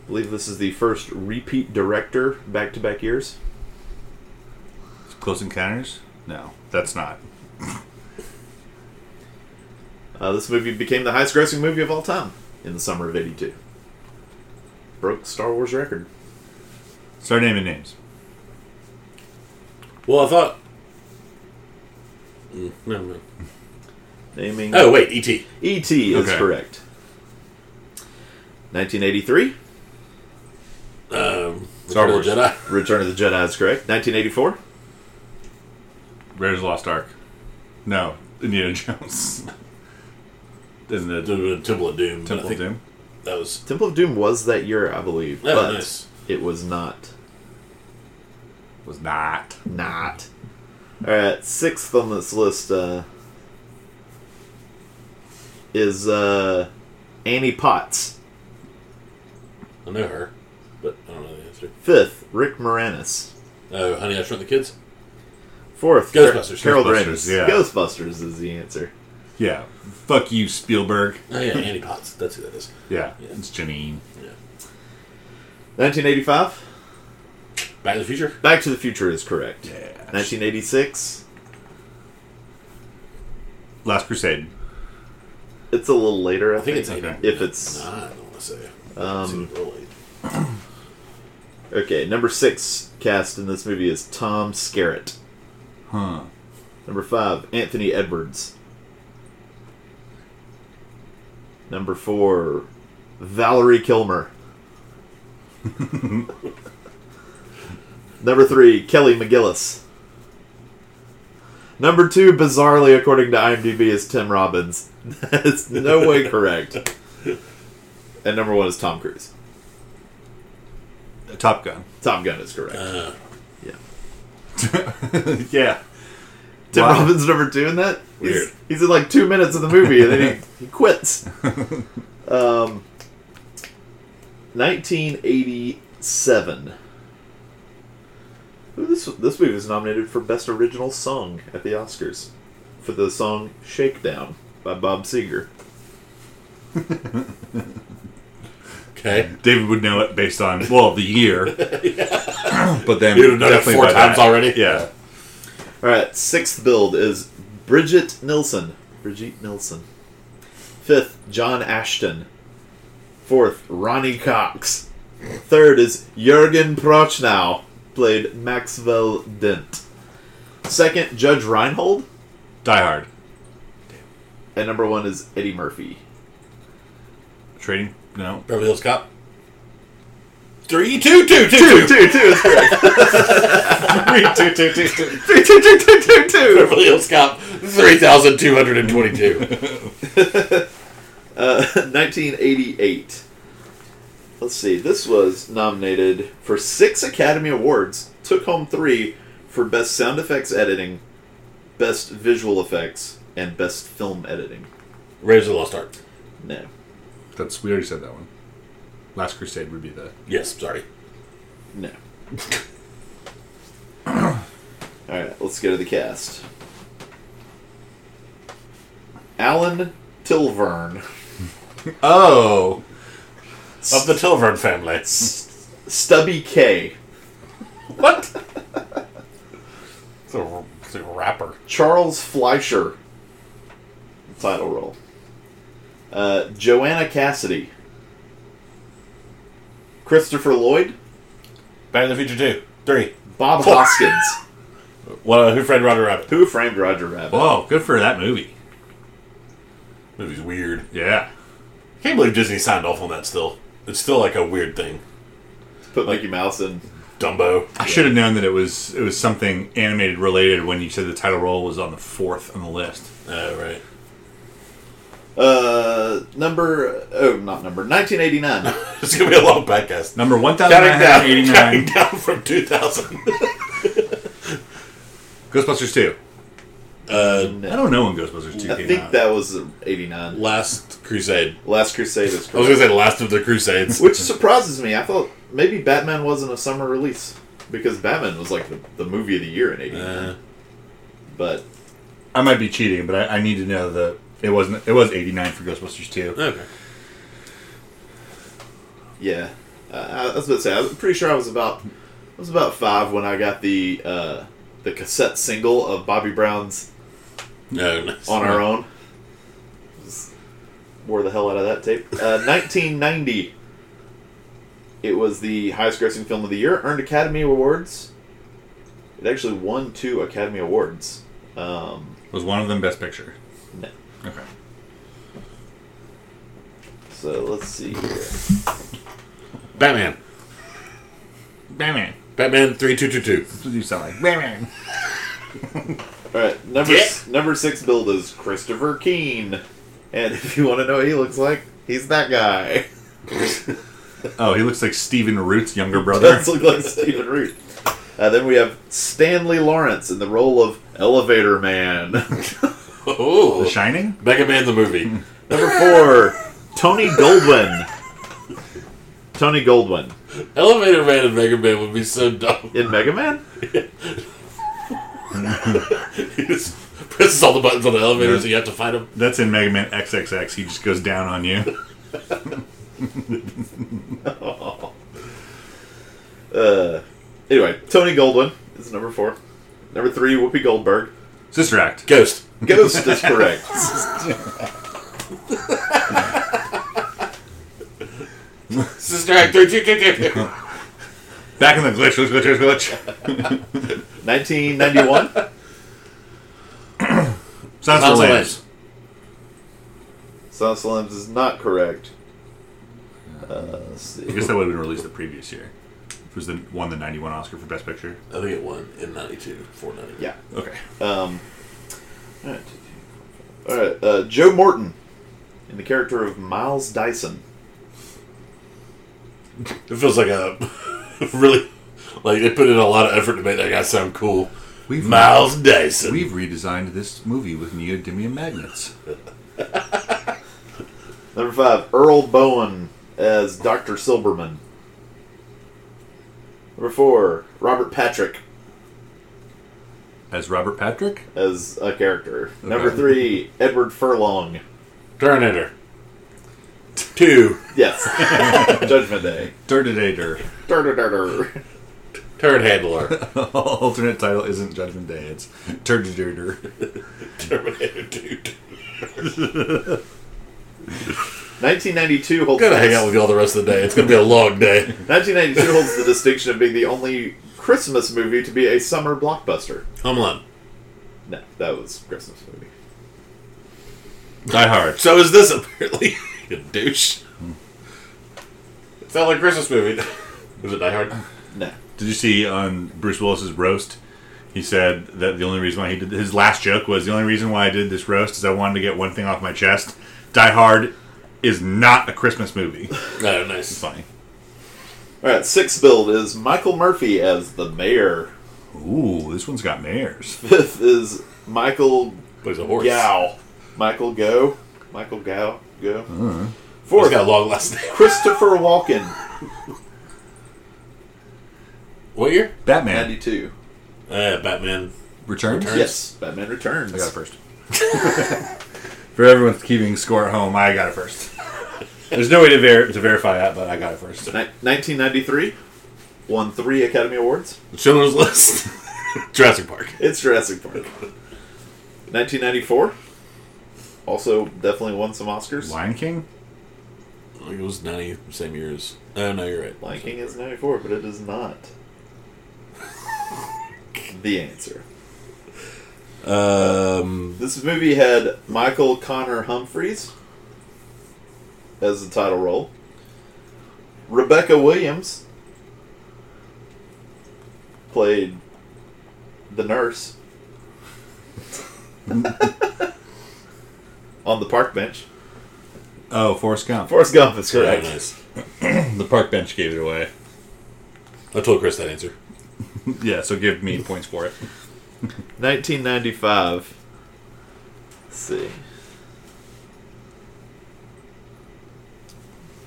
Speaker 1: I believe this is the first repeat director back to back years.
Speaker 2: Close Encounters? No, that's not.
Speaker 1: Uh, this movie became the highest grossing movie of all time in the summer of 82. Broke the Star Wars record.
Speaker 2: Start naming names.
Speaker 3: Well, I thought. Mm, never mind.
Speaker 1: Naming
Speaker 3: Oh wait, E.T.
Speaker 1: E.T. E is
Speaker 2: Okay.
Speaker 1: correct. 1983,
Speaker 3: Um,
Speaker 2: Star
Speaker 3: Return of the
Speaker 2: Wars.
Speaker 3: Jedi.
Speaker 1: Return of the Jedi is correct. 1984,
Speaker 2: Raiders of the Lost Ark. No, Indiana Jones. Isn't it
Speaker 3: The Temple of Doom. I
Speaker 2: Temple of
Speaker 3: think
Speaker 2: Doom?
Speaker 3: That was.
Speaker 1: Temple of Doom was that year, I believe,
Speaker 3: Oh,
Speaker 1: but
Speaker 3: nice.
Speaker 1: it was not.
Speaker 2: Was not.
Speaker 1: Not. All right, sixth on this list uh, is uh, Annie Potts.
Speaker 3: I know her, but I don't know the answer.
Speaker 1: Fifth, Rick Moranis.
Speaker 3: Oh, Honey, I Shrunk the Kids.
Speaker 1: Fourth,
Speaker 3: Ghostbusters.
Speaker 1: Carol
Speaker 2: Ghostbusters,
Speaker 1: Danvers.
Speaker 2: yeah.
Speaker 1: Ghostbusters is the answer.
Speaker 2: Yeah. Fuck you, Spielberg.
Speaker 3: Oh yeah, Annie Potts. That's who that is.
Speaker 2: Yeah,
Speaker 3: Yeah.
Speaker 2: it's Janine.
Speaker 3: Yeah.
Speaker 1: 1985,
Speaker 3: Back to the Future.
Speaker 1: Back to the Future is correct.
Speaker 2: Yeah.
Speaker 1: 1986,
Speaker 2: Last Crusade.
Speaker 1: it's a little later, I,
Speaker 3: I think it's
Speaker 2: Okay.
Speaker 3: eighty.
Speaker 1: If it's-
Speaker 3: nah, I don't want to say.
Speaker 1: Um,
Speaker 3: It's real late.
Speaker 1: Okay, number six cast in this movie is Tom Skerritt.
Speaker 2: Huh.
Speaker 1: Number five, Anthony Edwards. Number four, Valerie Kilmer. Number three, Kelly McGillis. Number two, bizarrely according to IMDb, is Tim Robbins. That's no way correct. And number one is Tom Cruise.
Speaker 2: Top Gun.
Speaker 1: Top Gun is correct.
Speaker 3: Uh,
Speaker 2: yeah.
Speaker 1: Tim
Speaker 2: Wow.
Speaker 1: Robbins number two in that. He's-
Speaker 3: Weird.
Speaker 1: He's, in like two minutes of the movie and then he, he quits. Um, 1987. Ooh, this this movie was nominated for best original song at the Oscars for the song "Shakedown" by Bob Seger.
Speaker 3: okay.
Speaker 2: David would know it based on well the year, but then
Speaker 3: He would've done it
Speaker 2: definitely
Speaker 3: four
Speaker 2: by
Speaker 3: times
Speaker 2: that.
Speaker 3: already.
Speaker 2: Yeah,
Speaker 1: All right, sixth build is Bridget Nilsson. Brigitte Nilsson. Fifth, John Ashton. Fourth, Ronnie Cox. Third is Jurgen Prochnow, played Maxwell Dent. Second, Judge Reinhold.
Speaker 2: Die Hard.
Speaker 1: And number one is Eddie Murphy.
Speaker 2: Trading? No.
Speaker 3: Beverly Hills Cop. Three, two, two, two,
Speaker 1: Two,
Speaker 3: two.
Speaker 1: two, two is correct.
Speaker 2: two, two, two, two.
Speaker 1: Two, two, two, two, two, two.
Speaker 3: Beverly Hills Cop. Three thousand two hundred and twenty-two.
Speaker 1: Uh, 1988. Let's see. This was nominated for six Academy Awards. Took home three for best sound effects editing, best visual effects, and best film editing.
Speaker 3: Raiders of the Lost Ark.
Speaker 1: No.
Speaker 2: That's we already said that one. Last Crusade would be the
Speaker 3: Yes, sorry.
Speaker 1: No. All right, let's go to the cast. Alan Tilvern,
Speaker 2: Oh.
Speaker 3: Of the Tilvern family.
Speaker 1: Stubby K,
Speaker 3: What? it's, a, it's a rapper.
Speaker 1: Charles Fleischer, title role, uh, Joanna Cassidy, Christopher Lloyd,
Speaker 3: Back to the Future 2. 3.
Speaker 1: Bob
Speaker 3: Four.
Speaker 1: Hoskins,
Speaker 3: Well, uh, Who Framed Roger Rabbit?
Speaker 1: who framed Roger Rabbit.
Speaker 2: Whoa, oh, good for that movie.
Speaker 3: Movie's weird.
Speaker 2: Yeah.
Speaker 3: Can't believe Disney signed off on that still. It's still like a weird thing.
Speaker 1: Put Mickey Mouse in.
Speaker 3: Dumbo.
Speaker 2: I should have known that it was it was something animated related when you said the title role was on the fourth on the list.
Speaker 3: Oh, right.
Speaker 1: Uh, number oh, not number 1989.
Speaker 3: It's going to be a long podcast.
Speaker 2: Number one thousand
Speaker 3: Counting
Speaker 2: nine
Speaker 3: down,
Speaker 2: hundred eighty
Speaker 3: counting
Speaker 2: nine.
Speaker 3: down from 2000.
Speaker 2: Ghostbusters two.
Speaker 3: Uh,
Speaker 2: I don't know when Ghostbusters two
Speaker 1: I
Speaker 2: came out.
Speaker 1: think that was 89.
Speaker 3: Last Crusade.
Speaker 1: Last Crusade is
Speaker 3: I was going
Speaker 1: correct.
Speaker 3: to say the Last of the Crusades.
Speaker 1: Which surprises me. I thought maybe Batman wasn't a summer release because Batman was like the, the movie of the year in 89.
Speaker 3: Uh,
Speaker 1: But
Speaker 2: I might be cheating, but I, I need to know that it wasn't it was eighty nine for Ghostbusters two.
Speaker 3: okay.
Speaker 1: yeah, uh, I was about to say I'm pretty sure I was about I was about five when I got the uh, the cassette single of Bobby Brown's
Speaker 3: No, nice.
Speaker 1: "On Our Own." Just wore the hell out of that tape. Uh, 1990. It was the highest-grossing film of the year. Earned Academy Awards. It actually won two Academy Awards. Um,
Speaker 2: Was one of them Best Picture?
Speaker 1: No.
Speaker 2: Okay.
Speaker 1: So let's see here.
Speaker 3: Batman.
Speaker 2: Batman.
Speaker 3: Batman 3222.
Speaker 2: That's what you sound like. Batman.
Speaker 1: All right, number
Speaker 3: Yeah.
Speaker 1: s- number six build is Christopher Keene, and if you want to know what he looks like, he's that guy.
Speaker 2: Oh, he looks like Steven Root's younger brother.
Speaker 1: Does look like Stephen Root. Uh, then we have Stanley Lawrence in the role of Elevator Man.
Speaker 3: Oh.
Speaker 2: the Shining?
Speaker 3: Mega Man the movie.
Speaker 1: number four, Tony Goldwyn. Tony Goldwyn
Speaker 3: Elevator Man and Mega Man would be so dumb.
Speaker 1: in Mega Man.
Speaker 3: He just presses all the buttons on the elevators and you have to fight him.
Speaker 2: That's in Mega Man XXX. He just goes down on you.
Speaker 1: Uh, anyway, Tony Goldwyn is number four. Number three, Whoopi Goldberg.
Speaker 2: Sister Act.
Speaker 3: Ghost.
Speaker 1: Ghost is correct.
Speaker 3: Sister Act 3222.
Speaker 2: Back in the glitch, glitch, glitch, glitch. glitch.
Speaker 1: 1991.
Speaker 2: Sounds
Speaker 3: Miles
Speaker 2: related.
Speaker 3: Away.
Speaker 1: Silence of the Lambs is not correct. Uh, let's
Speaker 2: I
Speaker 1: see.
Speaker 2: guess that would have been released the previous year. It was the won the ninety one Oscar for Best Picture.
Speaker 3: I think it won in 92, 490.
Speaker 1: Yeah.
Speaker 2: Okay.
Speaker 1: Um, all right. All right, Uh, Joe Morton in the character of Miles Dyson.
Speaker 3: It feels like a really, like they put in a lot of effort to make that guy sound cool.
Speaker 2: We've
Speaker 3: Miles Dyson.
Speaker 2: we've redesigned this movie with neodymium magnets.
Speaker 1: Number five, Earl Bowen as Dr. Silberman. Number four, Robert Patrick
Speaker 2: As Robert Patrick?
Speaker 1: as a character. Number
Speaker 2: Okay.
Speaker 1: three, Edward Furlong.
Speaker 3: Terminator. Two.
Speaker 1: Yes. Judgment Day.
Speaker 2: Dirtadator.
Speaker 1: Dur-dur-dur-dur.
Speaker 3: Turd handler.
Speaker 2: Alternate title isn't Judgment Day, it's Dirtadator.
Speaker 3: Terminator dude.
Speaker 1: 1992 holds
Speaker 3: Gotta hang out with y'all the rest of the day. It's gonna be a long day.
Speaker 1: 1992 holds the distinction of being the only Christmas movie to be a summer blockbuster.
Speaker 3: Home Alone.
Speaker 1: No, that was Christmas movie.
Speaker 2: Die Hard.
Speaker 3: So is this apparently a douche? It's not like a Christmas movie. Was it Die Hard?
Speaker 1: No.
Speaker 2: Did you see on Bruce Willis's roast? He said that the only reason why he did his last joke was the only reason why I did this roast is I wanted to get one thing off my chest. Die Hard is not a Christmas movie.
Speaker 3: No, nice.
Speaker 2: Funny.
Speaker 1: All right, sixth build is Michael Murphy as the mayor.
Speaker 2: Ooh, this one's got mayors.
Speaker 1: Fifth is Michael
Speaker 3: Plays a horse.
Speaker 1: Gow. Michael Go. Michael Gow. Go.
Speaker 3: He's
Speaker 1: Fourth,
Speaker 3: got a long last name.
Speaker 1: Christopher Walken,
Speaker 3: What year?
Speaker 2: Batman
Speaker 1: 92.
Speaker 3: Uh, Batman.
Speaker 2: returns.
Speaker 3: Returns.
Speaker 1: Yes, Batman Returns.
Speaker 2: I got it first. For everyone's keeping score at home, I got it first. There's no way to, ver- to verify that, but I got it first.
Speaker 1: Ni- 1993 won three Academy Awards.
Speaker 3: Schindler's List. Jurassic Park.
Speaker 1: It's Jurassic Park. 1994 also definitely won some Oscars.
Speaker 2: Lion King?
Speaker 3: I think it was 90, same year as. Oh, no, you're right.
Speaker 1: Lion King is 94, but it is not the answer.
Speaker 3: Um,
Speaker 1: This movie had Michael Connor Humphreys as the title role, Rebecca Williams played the nurse on the park bench.
Speaker 2: Oh, Forrest Gump.
Speaker 1: Forrest Gump is
Speaker 3: very
Speaker 1: correct.
Speaker 3: nice.
Speaker 2: The park bench gave it away.
Speaker 3: I told Chris that answer.
Speaker 2: Yeah, so give me points for it.
Speaker 1: 1995. Let's see.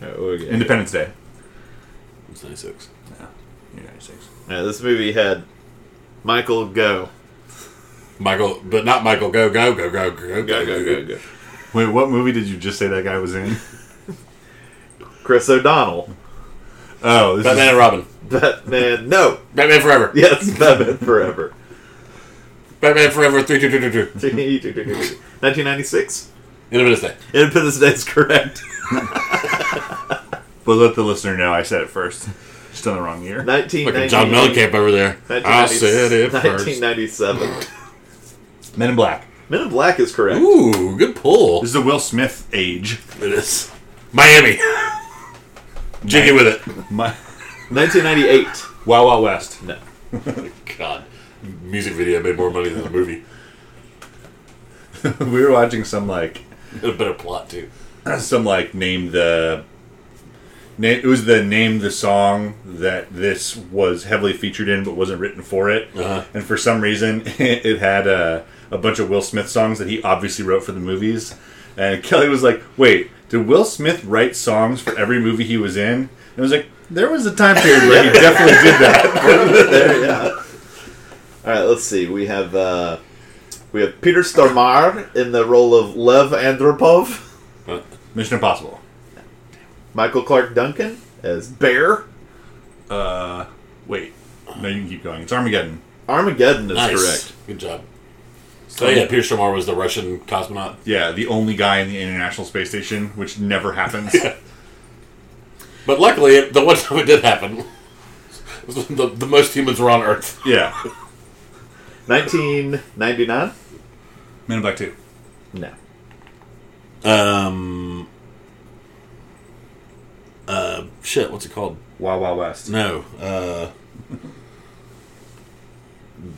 Speaker 1: Alright, what we got?
Speaker 2: Independence Day.
Speaker 3: It's 96.
Speaker 2: Yeah, United States.
Speaker 1: Yeah, this movie had Michael Go.
Speaker 3: Michael, but not Michael. Go, go, go, go, go, go, go, go.
Speaker 1: go.
Speaker 2: Wait, what movie did you just say that guy was in?
Speaker 1: Chris O'Donnell.
Speaker 2: Oh, this
Speaker 3: Batman and Robin.
Speaker 1: Batman. No.
Speaker 3: Batman Forever.
Speaker 1: Yes, Batman Forever.
Speaker 3: Batman Forever 3222.
Speaker 1: 1996.
Speaker 3: Independence Day.
Speaker 1: Independence Day is correct.
Speaker 2: is, but let the listener know I said it first. Just on the wrong year.
Speaker 3: Fucking
Speaker 1: 1990
Speaker 3: John Mellencamp over there. I
Speaker 1: 1990
Speaker 3: said it first.
Speaker 1: 1997.
Speaker 2: Men in Black.
Speaker 1: Men in Black is correct.
Speaker 3: Ooh, good pull.
Speaker 2: This is the Will Smith age.
Speaker 3: It is. Miami. Jiggy with it.
Speaker 2: My,
Speaker 1: 1998.
Speaker 2: Wild Wild West.
Speaker 1: No.
Speaker 3: God. Music video made more money than the movie.
Speaker 2: we were watching some like
Speaker 3: A better plot, too.
Speaker 2: some like name the name it was the name the song that this was heavily featured in but wasn't written for it
Speaker 3: Uh-huh.
Speaker 2: and for some reason it, had a, a bunch of will smith songs that he obviously wrote for the movies and kelly was like wait did will smith write songs for every movie he was in and i was like there was a time period where he definitely did that
Speaker 1: There, yeah. All right, let's see. We have uh, we have Peter Stormare in the role of Lev Andropov.
Speaker 3: Huh?
Speaker 2: mission impossible
Speaker 1: Michael Clark Duncan as Bear.
Speaker 2: uh wait no you can keep going it's armageddon
Speaker 1: Armageddon is
Speaker 3: Nice.
Speaker 1: correct.
Speaker 3: Good job. So, yeah, Pierce Shamar was the Russian cosmonaut.
Speaker 2: yeah the only guy in the international space station which never happens
Speaker 3: But luckily, it- the one time it did happen was when the, the most humans were on Earth.
Speaker 2: yeah
Speaker 1: 1999?
Speaker 2: men in black 2
Speaker 1: No.
Speaker 3: Um. Uh, shit, what's it called?
Speaker 2: Wild Wild West.
Speaker 3: No. Uh,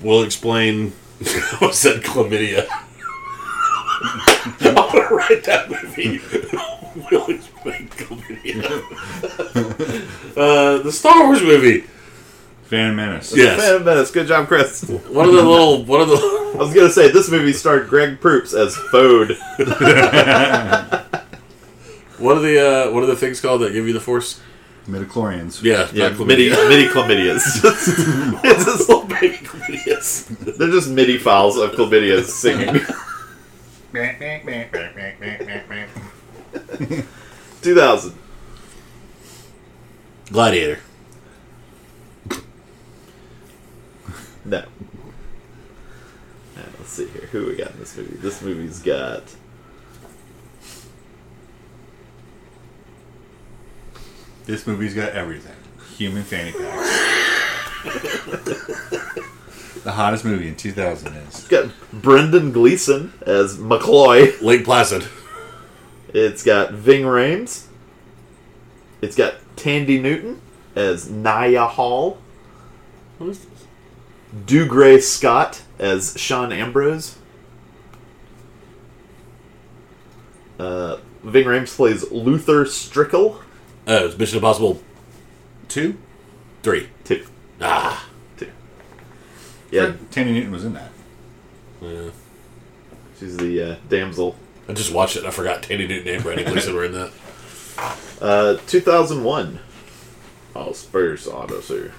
Speaker 3: we'll explain. I said chlamydia. I want to write that movie. we'll explain chlamydia. uh, the Star Wars movie.
Speaker 2: Phantom Menace.
Speaker 3: Yeah. Yes.
Speaker 1: Phantom Menace. Good job, Chris.
Speaker 3: One of the little. One of the.
Speaker 1: I was going to say, this movie starred Greg Proops as Fode.
Speaker 3: What are the uh, what are the things called that give you the force?
Speaker 2: Midichlorians.
Speaker 3: Yeah,
Speaker 1: Yeah,
Speaker 3: not chlamydia.
Speaker 1: midi, midi chlamydias. it's just little baby chlamydias. They're just midi files of chlamydias singing. 2000.
Speaker 3: Gladiator.
Speaker 1: No. All right, let's see here. Who we got in this movie? This movie's got.
Speaker 2: This movie's got everything. Human fanny packs. The hottest movie in 2000 is.
Speaker 1: It's got Brendan Gleeson as McCloy.
Speaker 3: Lake Placid.
Speaker 1: It's got Ving Rhames. It's got Tandy Newton as Naya Hall.
Speaker 3: Who's this?
Speaker 1: Dougray Scott as Sean Ambrose. Uh, Ving Rhames plays Luther Strickel.
Speaker 3: Oh, it's Mission Impossible
Speaker 2: Two?
Speaker 3: three.
Speaker 1: Two.
Speaker 3: Ah,
Speaker 1: Two. Yeah,
Speaker 2: Tandy Newton was in that.
Speaker 3: yeah.
Speaker 1: she's the uh, damsel.
Speaker 3: I just watched it. and I forgot Tandy Newton and Brandon Gleason were in that.
Speaker 1: Uh, 2001. Oh, Space Odyssey.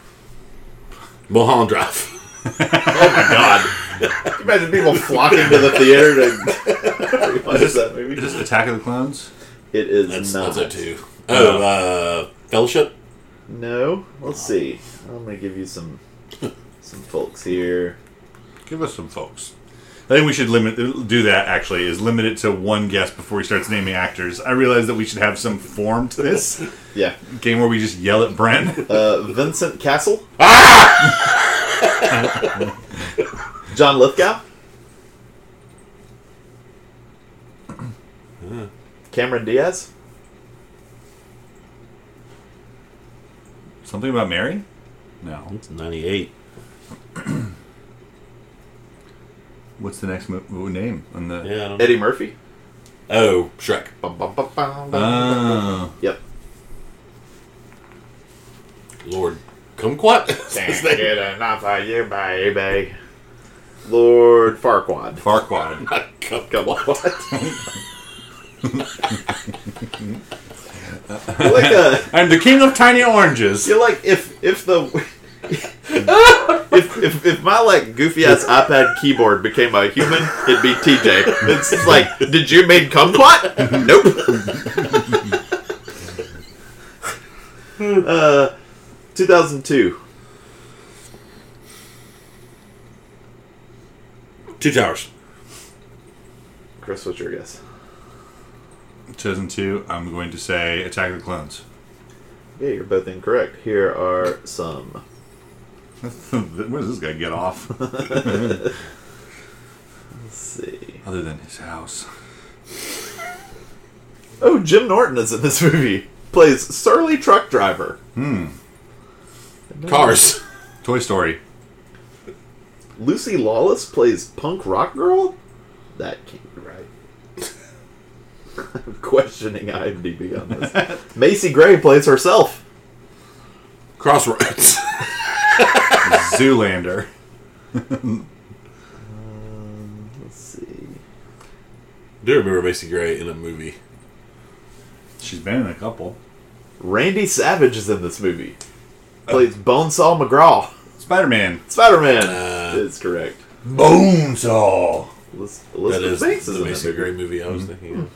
Speaker 3: Mulholland Drive.
Speaker 1: Can you Imagine people flocking to the theater to watch that
Speaker 2: Is
Speaker 1: movie.
Speaker 2: this Attack of the Clones?
Speaker 1: It is
Speaker 3: That's
Speaker 1: not.
Speaker 3: that's it too. Oh, uh, Fellowship.
Speaker 1: No. Let's see. I'm gonna give you some some folks here.
Speaker 2: Give us some folks. I think we should limit do that. Actually, is limit it to one guess before he starts naming actors. I realize that we should have some form to this
Speaker 1: Yeah.
Speaker 2: game where we just yell at Brent.
Speaker 1: Uh, Vincent Castle. Ah! John Lithgow. Cameron Diaz.
Speaker 2: Something about Mary? No.
Speaker 3: It's ninety eight.
Speaker 2: What's the next mo- mo- name on the?
Speaker 3: Yeah. I don't know.
Speaker 1: Eddie Murphy.
Speaker 3: Oh, Shrek.
Speaker 1: Bum, bum, bum, bum, bum.
Speaker 2: Oh,
Speaker 1: Yep.
Speaker 3: Lord Kumquat. Is his name?
Speaker 1: Get enough of you, baby. Lord Farquaad.
Speaker 2: Farquaad.
Speaker 1: Come on.
Speaker 3: Kumquat.
Speaker 1: you're like uh, a,
Speaker 2: I'm the king of tiny oranges.
Speaker 1: you're like if if the if, if if my like goofy ass iPad keyboard became a human, it'd be TJ. It's just like, did you make kumquat? nope. uh, 2002.
Speaker 3: Two Towers.
Speaker 1: Chris, what's your guess?
Speaker 2: Chosen two. I'm going to say Attack of the Clones.
Speaker 1: Yeah, you're both incorrect. Here are some.
Speaker 2: Where does this guy get off?
Speaker 1: Let's see.
Speaker 2: Other than his house.
Speaker 1: Oh, Jim Norton is in this movie. Plays surly truck driver.
Speaker 3: Cars.
Speaker 2: Toy Story.
Speaker 1: Lucy Lawless plays punk rock girl? That can't be right. I'm questioning IMDb on this. Macy Gray plays herself.
Speaker 3: Crossroads.
Speaker 2: Zoolander.
Speaker 1: Let's see.
Speaker 3: do remember Macy Gray in a movie.
Speaker 2: She's been in a couple.
Speaker 1: Randy Savage is in this movie.
Speaker 3: Oh.
Speaker 1: Plays Bonesaw McGraw.
Speaker 2: Spider Man.
Speaker 1: Spider Man
Speaker 3: Uh.
Speaker 1: is correct.
Speaker 2: Bonesaw.
Speaker 1: Elis-
Speaker 3: That
Speaker 1: Elizabeth
Speaker 3: is
Speaker 1: Banks is
Speaker 3: the
Speaker 1: in that movie.
Speaker 3: Macy
Speaker 1: Mm-hmm.
Speaker 3: Gray movie I was thinking of.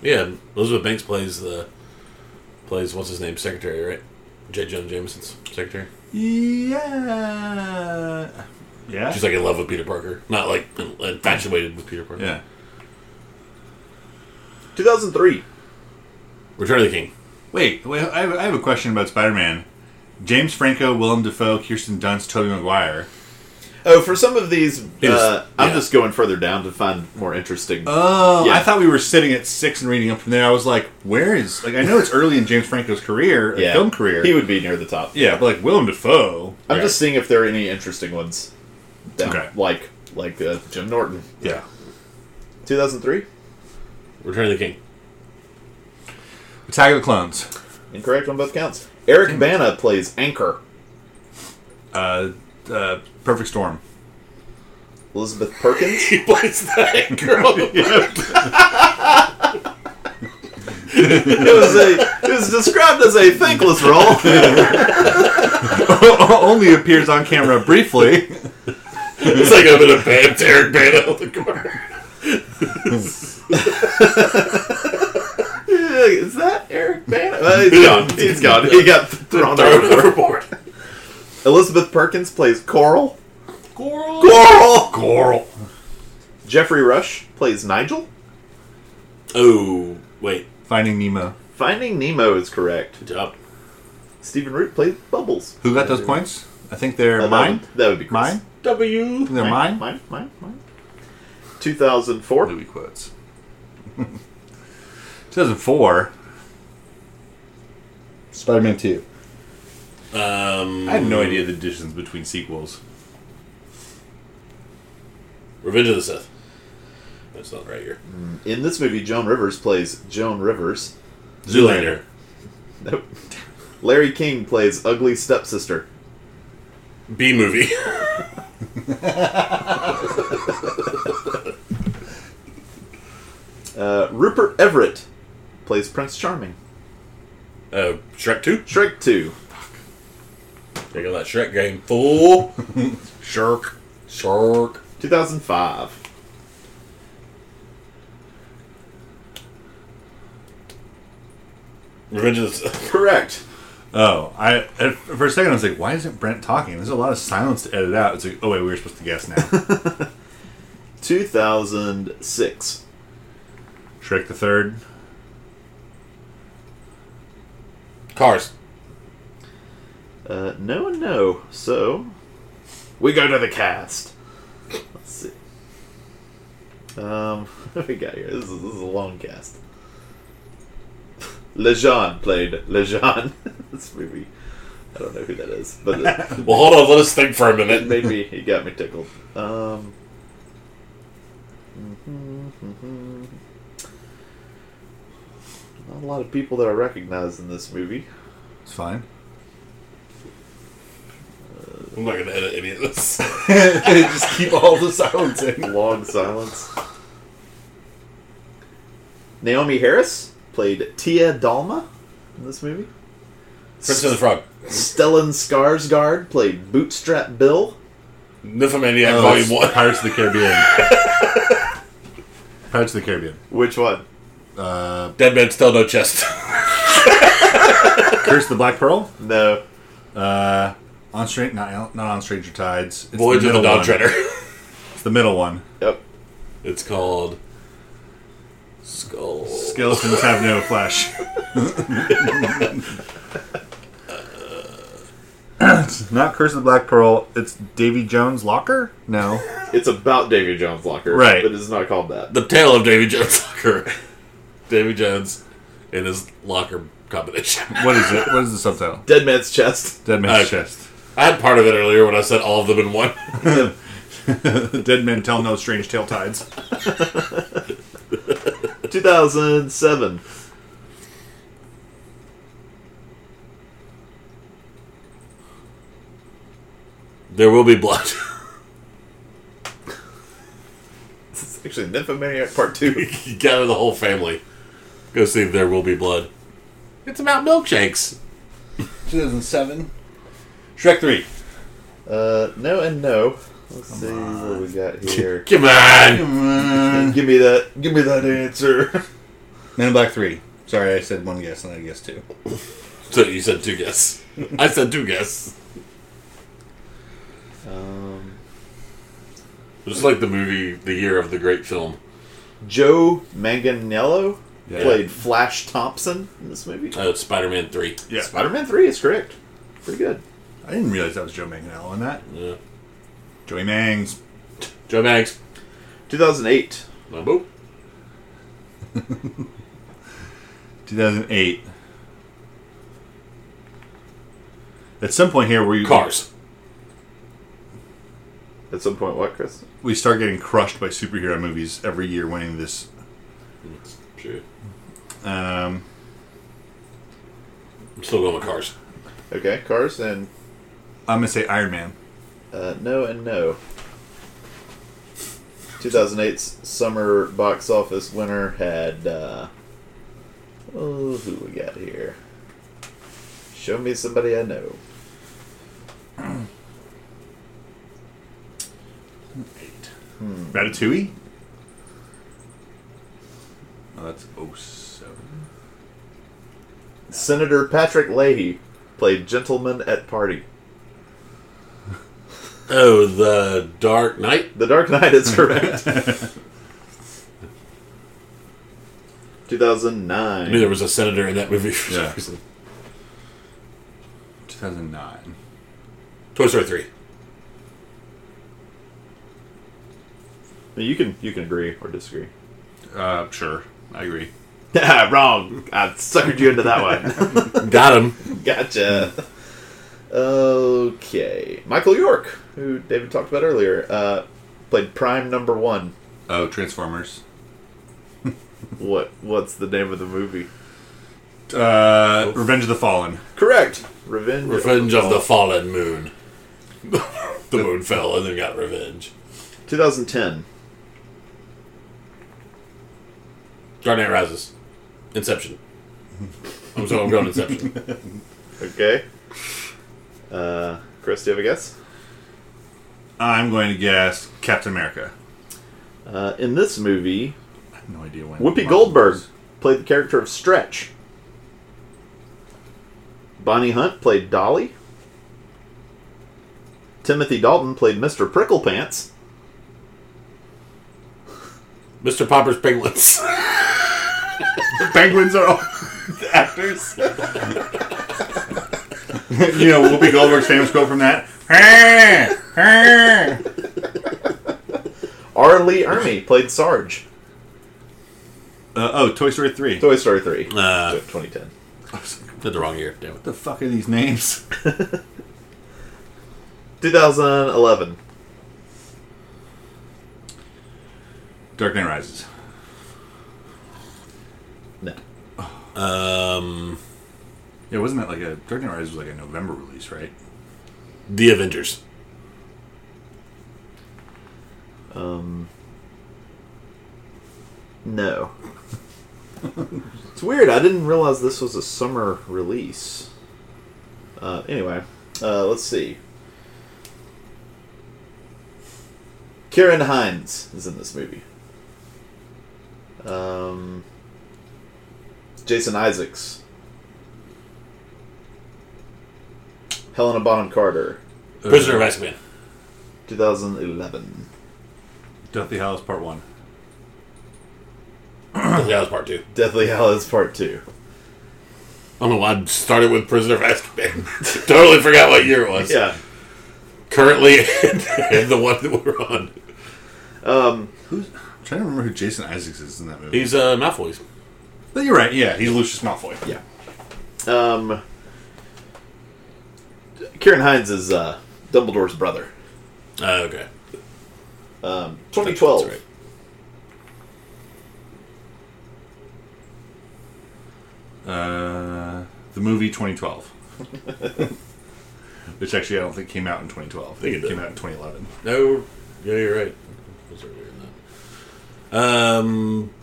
Speaker 3: Yeah, Elizabeth Banks plays the plays what's his name secretary, right? J. John Jameson's secretary.
Speaker 2: Yeah. Yeah.
Speaker 3: She's like in love with Peter Parker, not like infatuated with Peter Parker.
Speaker 2: yeah.
Speaker 1: 2003.
Speaker 3: Return of the King.
Speaker 2: Wait, wait I, have, I have a question about Spider Man. James Franco, Willem Dafoe, Kirsten Dunst, Tobey Maguire.
Speaker 1: Oh, for some of these, uh, I'm
Speaker 3: yeah. Uh,
Speaker 1: just going further down to find more interesting.
Speaker 2: Oh,
Speaker 1: Yeah.
Speaker 2: I thought we were sitting at six and reading up from there. I was like, where is. Like, I know it's early in James Franco's career, like, film career.
Speaker 1: He would be near the top.
Speaker 2: yeah, but like Willem Dafoe.
Speaker 1: I'm
Speaker 2: Right.
Speaker 1: just seeing if there are any interesting ones. That,
Speaker 2: Okay.
Speaker 1: Like like uh, Jim Norton,
Speaker 2: Yeah.
Speaker 1: 2003.
Speaker 3: Return of the King.
Speaker 2: Attack of the Clones.
Speaker 1: Incorrect on both counts. Eric Bana plays Anchor.
Speaker 2: Uh, uh, Perfect Storm.
Speaker 1: Elizabeth Perkins.
Speaker 3: He plays that girl.
Speaker 1: it was a it was described as a thankless role.
Speaker 2: Only appears on camera briefly.
Speaker 3: it's like I'm in a bad Derek Bana on the car.
Speaker 1: Is that Eric Bana? Uh, he's gone. He's gone. He got thrown
Speaker 3: Throw it
Speaker 1: over.
Speaker 3: overboard.
Speaker 1: Elizabeth Perkins plays Coral.
Speaker 3: Coral.
Speaker 1: Coral.
Speaker 2: Goral.
Speaker 1: Jeffrey Rush plays Nigel.
Speaker 3: Oh wait,
Speaker 2: Finding Nemo.
Speaker 1: Finding Nemo is correct.
Speaker 3: good job.
Speaker 1: Stephen Root plays Bubbles.
Speaker 2: Who got those points? I think they're
Speaker 1: Uh, that
Speaker 2: mine.
Speaker 1: would- That would be Chris.
Speaker 2: Mine?
Speaker 3: W.
Speaker 2: They're mine.
Speaker 1: Mine, mine, mine. 2004.
Speaker 2: Movie quotes. 2004. Spider-Man 2.
Speaker 3: Um,
Speaker 2: I have no idea the difference between sequels.
Speaker 3: Revenge of the Sith. That's not right here.
Speaker 1: In this movie, Joan Rivers plays Joan Rivers.
Speaker 3: Zoolander.
Speaker 1: Nope. Larry King plays ugly stepsister.
Speaker 3: B movie.
Speaker 1: Uh, Rupert Everett plays Prince Charming.
Speaker 3: uh, Shrek 2.
Speaker 1: Shrek 2.
Speaker 3: There you go, that Shrek game. Fool. Shark. Shark.
Speaker 1: 2005.
Speaker 3: Revenge of the Sith.
Speaker 1: Correct.
Speaker 2: Oh, I at, for a second I was like, why isn't Brent talking? There's a lot of silence to edit out. It's like, oh wait, we were supposed to guess now.
Speaker 1: 2006.
Speaker 2: Shrek the Third.
Speaker 3: Cars.
Speaker 1: Uh, no and no. So, we go to the cast. Let's see. Um, what do we got here? This is, this is a long cast. Lejean played Lejean. this movie. I don't know who that is, but it,
Speaker 3: Well, hold on. Let us think for a
Speaker 1: it
Speaker 3: minute.
Speaker 1: made me. It got me tickled. Um. mhm, mhm. Not a lot of people that I recognize in this movie.
Speaker 2: It's fine.
Speaker 3: I'm not going to edit any of this.
Speaker 2: Just keep all the silence in.
Speaker 1: Long silence. Naomi Harris played Tia Dalma in this movie.
Speaker 3: Prince of the Frog.
Speaker 1: Stellan Skarsgård played Bootstrap Bill.
Speaker 3: Nymphomaniac
Speaker 2: Oh,
Speaker 3: Volume
Speaker 2: it's
Speaker 3: 1.
Speaker 2: Pirates of the Caribbean. Pirates of the Caribbean.
Speaker 1: Which one?
Speaker 2: Uh,
Speaker 3: Dead Man Still No Chest.
Speaker 2: Curse of the Black Pearl.
Speaker 1: No.
Speaker 2: Uh, on Stranger, not, not on Stranger Tides. It's
Speaker 3: Voyage of the
Speaker 2: middle
Speaker 3: Dawn
Speaker 2: one.
Speaker 3: Treader.
Speaker 2: It's the middle one.
Speaker 1: Yep.
Speaker 3: It's called Skull.
Speaker 2: Skeletons have no flesh. it's not Curse of the Black Pearl. It's Davy Jones' Locker. No,
Speaker 1: It's about Davy Jones Locker.
Speaker 2: Right.
Speaker 1: But it's not called that.
Speaker 3: The Tale of Davy Jones' Locker. Davy Jones and his locker combination.
Speaker 2: what is it? What is the subtitle?
Speaker 1: Dead Man's Chest.
Speaker 2: Dead Man's
Speaker 3: Okay.
Speaker 2: Chest.
Speaker 3: I had part of it earlier when I said all of them in one.
Speaker 2: Dead men tell no strange tale tides.
Speaker 1: 2007.
Speaker 3: There will be blood.
Speaker 1: This is actually Nymphomaniac Part 2.
Speaker 3: you gather the whole family. Go see There Will Be Blood. It's about milkshakes.
Speaker 2: 2007. Shrek 3.
Speaker 1: Uh, no and no. Let's see what we got here.
Speaker 3: Come on!
Speaker 2: Man
Speaker 1: give me that. Give me that answer.
Speaker 2: in Black 3. Sorry, I said one guess and I guessed two.
Speaker 3: So you said two guess. I said two guess.
Speaker 1: Um,
Speaker 3: Just like the movie, the year of the great film.
Speaker 1: Joe Manganiello
Speaker 2: Yeah.
Speaker 1: played Flash Thompson in this movie.
Speaker 3: Uh, Spider Man 3.
Speaker 2: Yeah.
Speaker 1: Spider Man 3 is correct. Pretty good.
Speaker 2: I didn't realize that was Joe Manganiello on that.
Speaker 3: Yeah.
Speaker 2: Joey Mangs.
Speaker 3: Joe Maggs.
Speaker 1: 2008.
Speaker 3: Lambo.
Speaker 2: 2008. At some point here, we
Speaker 3: Cars.
Speaker 1: At some point, what, Chris?
Speaker 2: we start getting crushed by superhero movies every year, winning this.
Speaker 3: Sure.
Speaker 2: Um,
Speaker 3: I'm still going with cars.
Speaker 1: Okay, Cars and
Speaker 2: I'm gonna say Iron Man.
Speaker 1: uh, No and No. 2008's summer box office winner had. Uh, oh, who we got here? Show me somebody I know.
Speaker 2: Ratatouille. Oh, that's 07.
Speaker 1: Senator Patrick Leahy played Gentleman at Party.
Speaker 3: Oh, The Dark Knight.
Speaker 1: The Dark Knight is correct. 2009.
Speaker 3: I knew there was a senator in that movie for some
Speaker 2: Yeah.
Speaker 3: reason.
Speaker 2: 2009.
Speaker 3: Toy Story 3.
Speaker 1: You can you can agree or disagree. Ah,
Speaker 2: Uh, sure, I agree.
Speaker 1: Wrong. I suckered you into that one.
Speaker 3: Got him.
Speaker 1: gotcha. Okay, Michael York, who David talked about earlier, uh, played Prime Number One.
Speaker 2: Oh, Transformers.
Speaker 1: What what's the name of the movie?
Speaker 2: Uh, Revenge of the Fallen.
Speaker 1: Correct. Revenge.
Speaker 3: Revenge of the Fallen Moon. the moon fell and then got revenge.
Speaker 1: 2010.
Speaker 3: Dark Knight Rises. Inception. I'm sorry, I'm going Inception.
Speaker 1: Okay. Uh, Chris, do you have a guess?
Speaker 2: I'm going to guess Captain America.
Speaker 1: Uh, in this movie,
Speaker 2: I have no idea when.
Speaker 1: Whoopi
Speaker 2: Marvel
Speaker 1: Goldberg
Speaker 2: was.
Speaker 1: played the character of Stretch. Bonnie Hunt played Dolly. Timothy Dalton played Mr. Pricklepants.
Speaker 3: Mr. Popper's Penguins.
Speaker 2: The penguins are all the actors. you know, Whoopi Goldberg's famous quote from that.
Speaker 1: R. Lee Ermey played Sarge.
Speaker 2: Uh, oh, Toy Story 3. What
Speaker 1: Toy Story 3.
Speaker 3: Uh.
Speaker 1: 2010.
Speaker 3: Did the wrong year. Damn it.
Speaker 2: the fuck are these names?
Speaker 1: 2011.
Speaker 2: Dark Knight Rises.
Speaker 1: No.
Speaker 3: Um,
Speaker 2: Yeah, wasn't that like a Dark Knight Rises was like a November release, right?
Speaker 3: the Avengers.
Speaker 1: No. it's weird. I didn't realize this was a summer release. Uh, anyway, uh, let's see. Karen Hines is in this movie. Um, Jason Isaacs. Helena Bonham Carter,
Speaker 3: Prisoner of Azkaban.
Speaker 1: 2011.
Speaker 2: Deathly Hallows Part 1.
Speaker 3: that was part two.
Speaker 1: Deathly Hallows Part 2.
Speaker 3: I don't know why I started with Prisoner of Azkaban. totally forgot what year it was.
Speaker 1: Yeah.
Speaker 3: Currently, and the one that we're on.
Speaker 2: Who's. I'm trying to remember who Jason Isaacs is in that movie.
Speaker 3: He's uh, Malfoy's.
Speaker 2: But you're right, yeah, he's Lucius Malfoy.
Speaker 1: Yeah. Um, Kieran Hines is uh, Dumbledore's brother.
Speaker 3: Uh, okay.
Speaker 1: 2012.
Speaker 3: That's right.
Speaker 2: Uh, the movie 2012. Which actually I don't think came out in 2012. I
Speaker 3: think it did.
Speaker 2: came out in 2011.
Speaker 3: No, yeah, you're right. It was earlier than that. Um,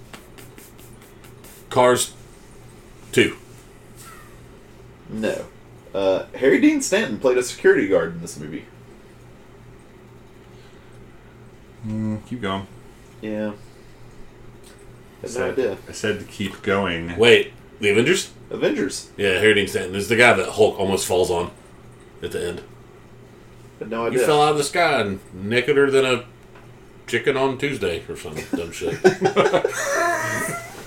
Speaker 3: Cars two.
Speaker 1: No. Uh, Harry Dean Stanton played a security guard in this movie.
Speaker 2: Mm, keep going.
Speaker 1: Yeah. Had no
Speaker 2: said-
Speaker 1: idea.
Speaker 2: I said to keep going.
Speaker 3: Wait, the Avengers?
Speaker 1: Avengers.
Speaker 3: Yeah, Harry Dean Stanton is the guy that Hulk almost falls on at the end.
Speaker 1: Had no
Speaker 3: You
Speaker 1: idea.
Speaker 3: fell out of the sky and nakeder than a chicken on Tuesday or some dumb shit.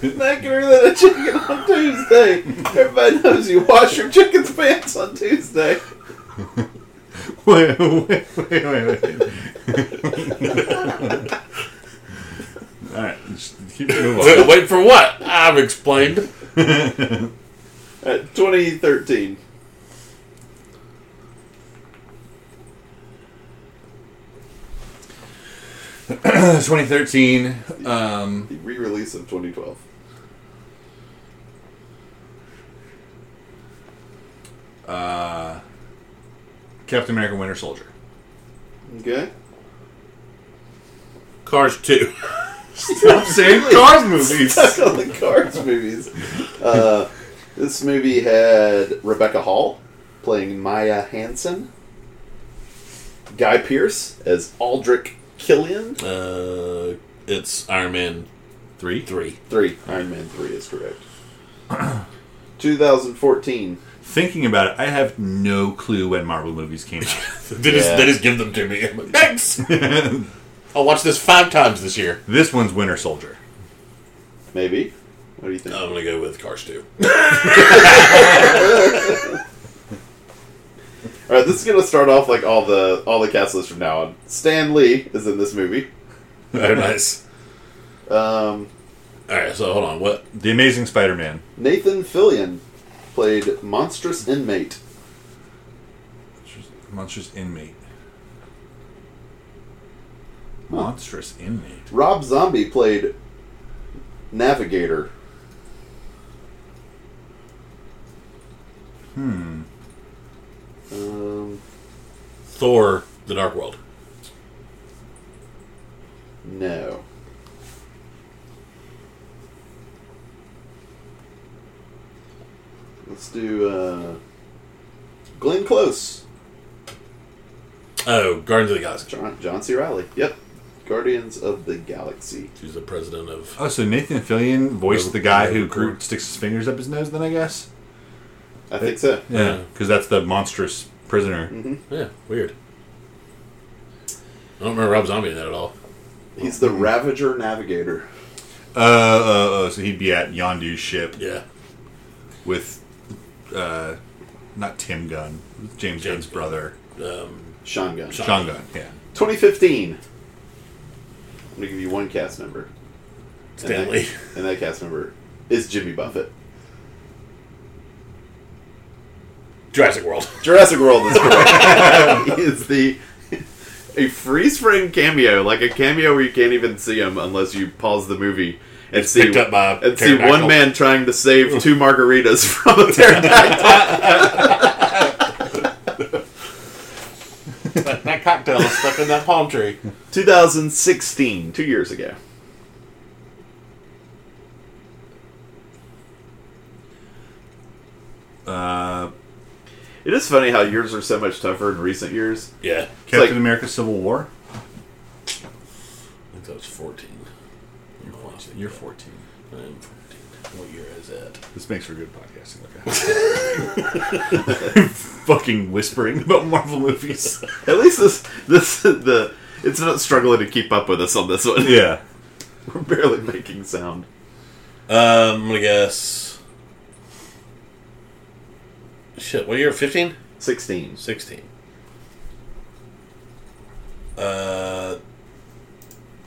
Speaker 1: Not give her that a chicken on Tuesday. Everybody knows you wash your chicken's pants on Tuesday.
Speaker 2: Wait, wait, wait, wait. wait. All right, just keep moving. on.
Speaker 3: Wait for what? I've explained.
Speaker 1: Uh, 2013.
Speaker 2: Uh, 2013. Um,
Speaker 1: The re-release of 2012.
Speaker 2: uh, Captain America: Winter Soldier.
Speaker 1: Okay.
Speaker 3: Cars two.
Speaker 2: Stop saying Cars movies.
Speaker 1: Stuck on the Cars movies. Uh, this movie had Rebecca Hall playing Maya Hansen, Guy Pearce as Aldrich Killian.
Speaker 3: Uh, it's Iron Man three. Three.
Speaker 1: Three. Iron Man 3 is correct. 2014.
Speaker 2: Thinking about it, I have no clue when Marvel movies came out.
Speaker 3: They, just, they just give them to me. I'm like, Thanks. I'll watch this five times this year.
Speaker 2: this one's Winter Soldier.
Speaker 1: Maybe. What do you think?
Speaker 3: I'm gonna go with Cars two.
Speaker 1: All right, this is gonna start off like all the all the cast lists from now on. Stan Lee is in this movie.
Speaker 3: Very nice.
Speaker 1: Um,
Speaker 3: All right, so hold on. What?
Speaker 2: The Amazing Spider-Man.
Speaker 1: Nathan Fillion played monstrous inmate.
Speaker 2: Monstrous inmate. Monstrous inmate.
Speaker 1: Rob Zombie played navigator.
Speaker 2: Hmm.
Speaker 1: Um,
Speaker 3: Thor: The Dark World.
Speaker 1: no. Let's do uh, Glenn Close.
Speaker 3: Oh, Guardians of the Galaxy.
Speaker 1: John, John C. Riley. Yep. Guardians of the Galaxy.
Speaker 3: He's the president of.
Speaker 2: Oh, so Nathan Fillion voiced the guy who
Speaker 3: Groot.
Speaker 2: Groot sticks his fingers up his nose. Then I guess.
Speaker 1: I think so.
Speaker 2: Yeah, because that's the monstrous prisoner.
Speaker 1: Mm-hmm.
Speaker 3: Yeah, weird. I don't remember Rob Zombie in that at all.
Speaker 1: He's the Ravager Navigator.
Speaker 2: Uh, uh, uh, so he'd be at Yondu's ship
Speaker 3: Yeah,
Speaker 2: with, uh, not Tim Gunn, James, Gunn's brother,
Speaker 3: um,
Speaker 1: Sean Gunn.
Speaker 3: Sean-
Speaker 2: Sean Gunn. Yeah.
Speaker 1: 2015. I'm going to give you one cast member. And that-
Speaker 3: Stanley.
Speaker 1: And that cast member is Jimmy Buffett.
Speaker 3: Jurassic World.
Speaker 1: Jurassic World is correct. he is the a freeze frame cameo, like a cameo where you can't even see him unless you pause the movie and see
Speaker 3: picked up by a
Speaker 1: and see
Speaker 3: pterodactyl.
Speaker 1: one man trying to save two margaritas from a pterodactyl.
Speaker 3: that, that cocktail is stuck in that palm tree.
Speaker 1: 2016, two years ago.
Speaker 2: Uh,
Speaker 1: It is funny how years are so much tougher in recent years.
Speaker 3: Yeah, I
Speaker 2: Captain
Speaker 1: like-
Speaker 2: America: Civil War.
Speaker 3: think that was fourteen. You're fourteen.
Speaker 2: You're 14.
Speaker 3: I am fourteen. What year is that?
Speaker 2: This makes for good podcasting. Okay. Fucking whispering about Marvel movies.
Speaker 1: At least this this the it's not struggling to keep up with us on this one.
Speaker 2: Yeah.
Speaker 1: We're barely making sound.
Speaker 3: Um, I'm gonna guess. Shit, what year? 15?
Speaker 1: 16.
Speaker 3: 16. Uh,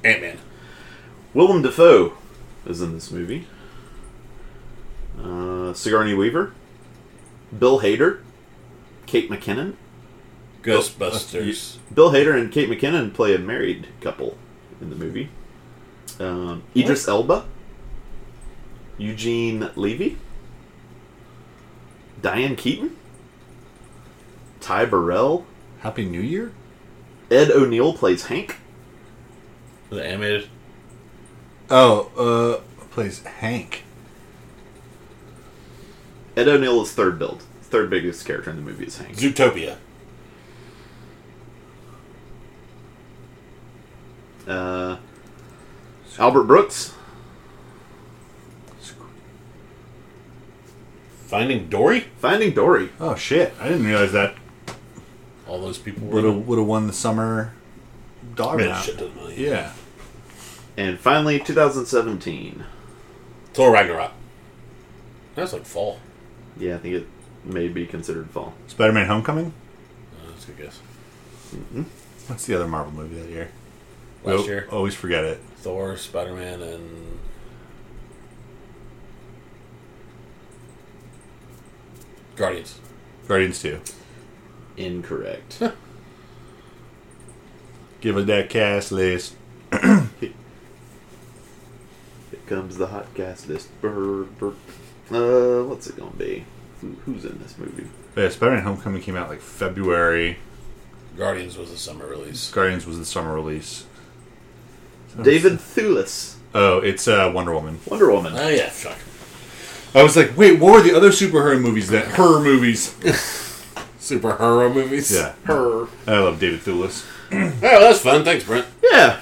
Speaker 3: Ant Man.
Speaker 1: Willem Dafoe is in this movie. Uh, Sigourney Weaver, Bill Hader, Kate McKinnon.
Speaker 3: Ghostbusters.
Speaker 1: Bill Hader and Kate McKinnon play a married couple in the movie. Um, Idris Elba, Eugene Levy, Diane Keaton, Ty Burrell,
Speaker 2: Happy New Year.
Speaker 1: Ed O'Neill plays Hank.
Speaker 3: Was it animated?
Speaker 2: Oh, uh, plays Hank.
Speaker 1: Ed O'Neill is third build. Third biggest character in the movie is Hank.
Speaker 3: Zootopia.
Speaker 1: Uh, Albert Brooks,
Speaker 3: Finding Dory?
Speaker 1: Finding Dory.
Speaker 2: Oh shit! I didn't realize that
Speaker 3: All those people
Speaker 2: would have would have won the summer dog.
Speaker 3: Man,
Speaker 2: round.
Speaker 3: shit doesn't really-
Speaker 2: Yeah.
Speaker 1: And finally, 2017.
Speaker 3: Thor Ragnarok. That's like fall.
Speaker 1: Yeah, I think it may be considered fall.
Speaker 2: Spider-Man: Homecoming.
Speaker 3: Uh, that's a good guess.
Speaker 2: What's the other Marvel movie that year? We
Speaker 3: Last
Speaker 2: al-
Speaker 3: year.
Speaker 2: Always forget it.
Speaker 3: Thor, Spider Man, and. Guardians.
Speaker 2: Guardians Two.
Speaker 1: Incorrect.
Speaker 2: Give us that cast list.
Speaker 1: Here comes the hot gas list. Brr, brr. Uh, what's it gonna be? Who, who's in this movie?
Speaker 2: But yeah, Spider-Man: Homecoming came out like February.
Speaker 3: Guardians was a summer release.
Speaker 2: Guardians was the summer release.
Speaker 1: David Thewlis,
Speaker 2: Oh, it's uh, Wonder Woman.
Speaker 1: Wonder Woman.
Speaker 3: Oh, yeah, fuck.
Speaker 2: I was like, wait, what were the other superhero movies that her movies?
Speaker 3: Superhero movies?
Speaker 2: yeah,
Speaker 1: Her.
Speaker 2: I love David Thewlis.
Speaker 3: Oh, well, that's fun. Thanks, Brent.
Speaker 1: Yeah.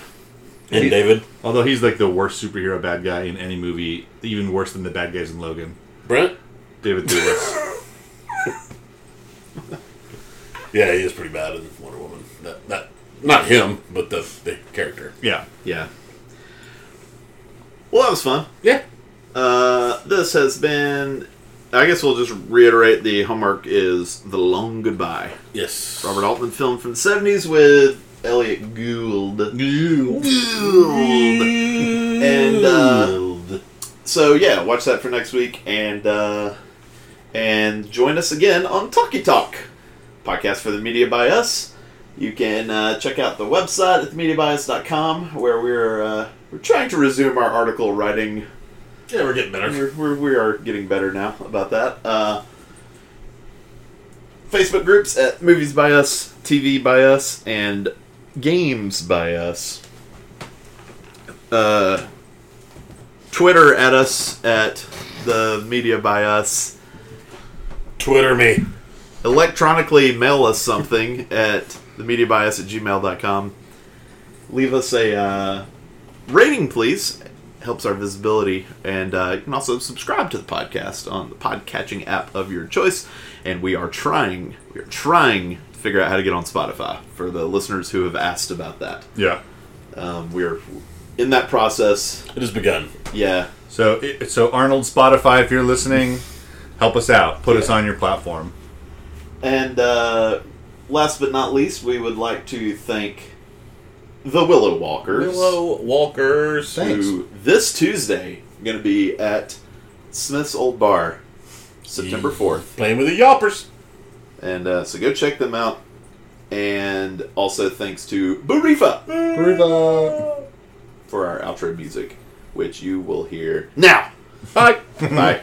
Speaker 3: And
Speaker 2: He-
Speaker 3: David.
Speaker 2: Although he's like the worst superhero bad guy in any movie, even worse than the bad guys in Logan.
Speaker 3: Brent?
Speaker 2: David Thewlis.
Speaker 3: Yeah, he is pretty bad in Wonder Woman. That, that, not him, but the, the character.
Speaker 2: yeah.
Speaker 1: Yeah. Well, that was fun.
Speaker 3: Yeah.
Speaker 1: Uh, this has been. I guess we'll just reiterate the homework is The Long Goodbye.
Speaker 3: Yes.
Speaker 1: Robert Altman film from the 70s with Elliot Gould.
Speaker 2: Gould.
Speaker 1: And uh, so yeah, watch that for next week, and uh, and join us again on Talkie Talk, podcast for the media by us. You can uh, check out the website at themediabias.com where we're uh, we're trying to resume our article writing
Speaker 3: Yeah, we're getting better.
Speaker 1: We're, we're, we are getting better now about that. Uh, Facebook groups at Movies by Us, TV by Us, and Games by Us. Uh, Twitter at us at the Media by Us.
Speaker 3: Twitter me.
Speaker 1: Electronically mail us something at themediabias at gmail.com. Leave us a uh, rating, please helps our visibility. And uh, you can also subscribe to the podcast on the podcatching app of your choice. And we are trying, we are trying to figure out how to get on Spotify for the listeners who have asked about that.
Speaker 2: Yeah.
Speaker 1: Um, we're in that process.
Speaker 3: It has begun.
Speaker 1: Yeah.
Speaker 2: So, it- so Arnold, Spotify, if you're listening, help us out. Put us on your platform.
Speaker 1: And uh, last but not least, we would like to thank the Willow Walkers.
Speaker 3: Willow Walkers.
Speaker 2: Thanks.
Speaker 1: who this Tuesday going to be at Smith's Old Bar, September 4th.
Speaker 3: Playing with the Yelpers.
Speaker 1: And uh, so go check them out. And also thanks to Burifa for our outro music, which you will hear now.
Speaker 3: Bye.
Speaker 1: Bye.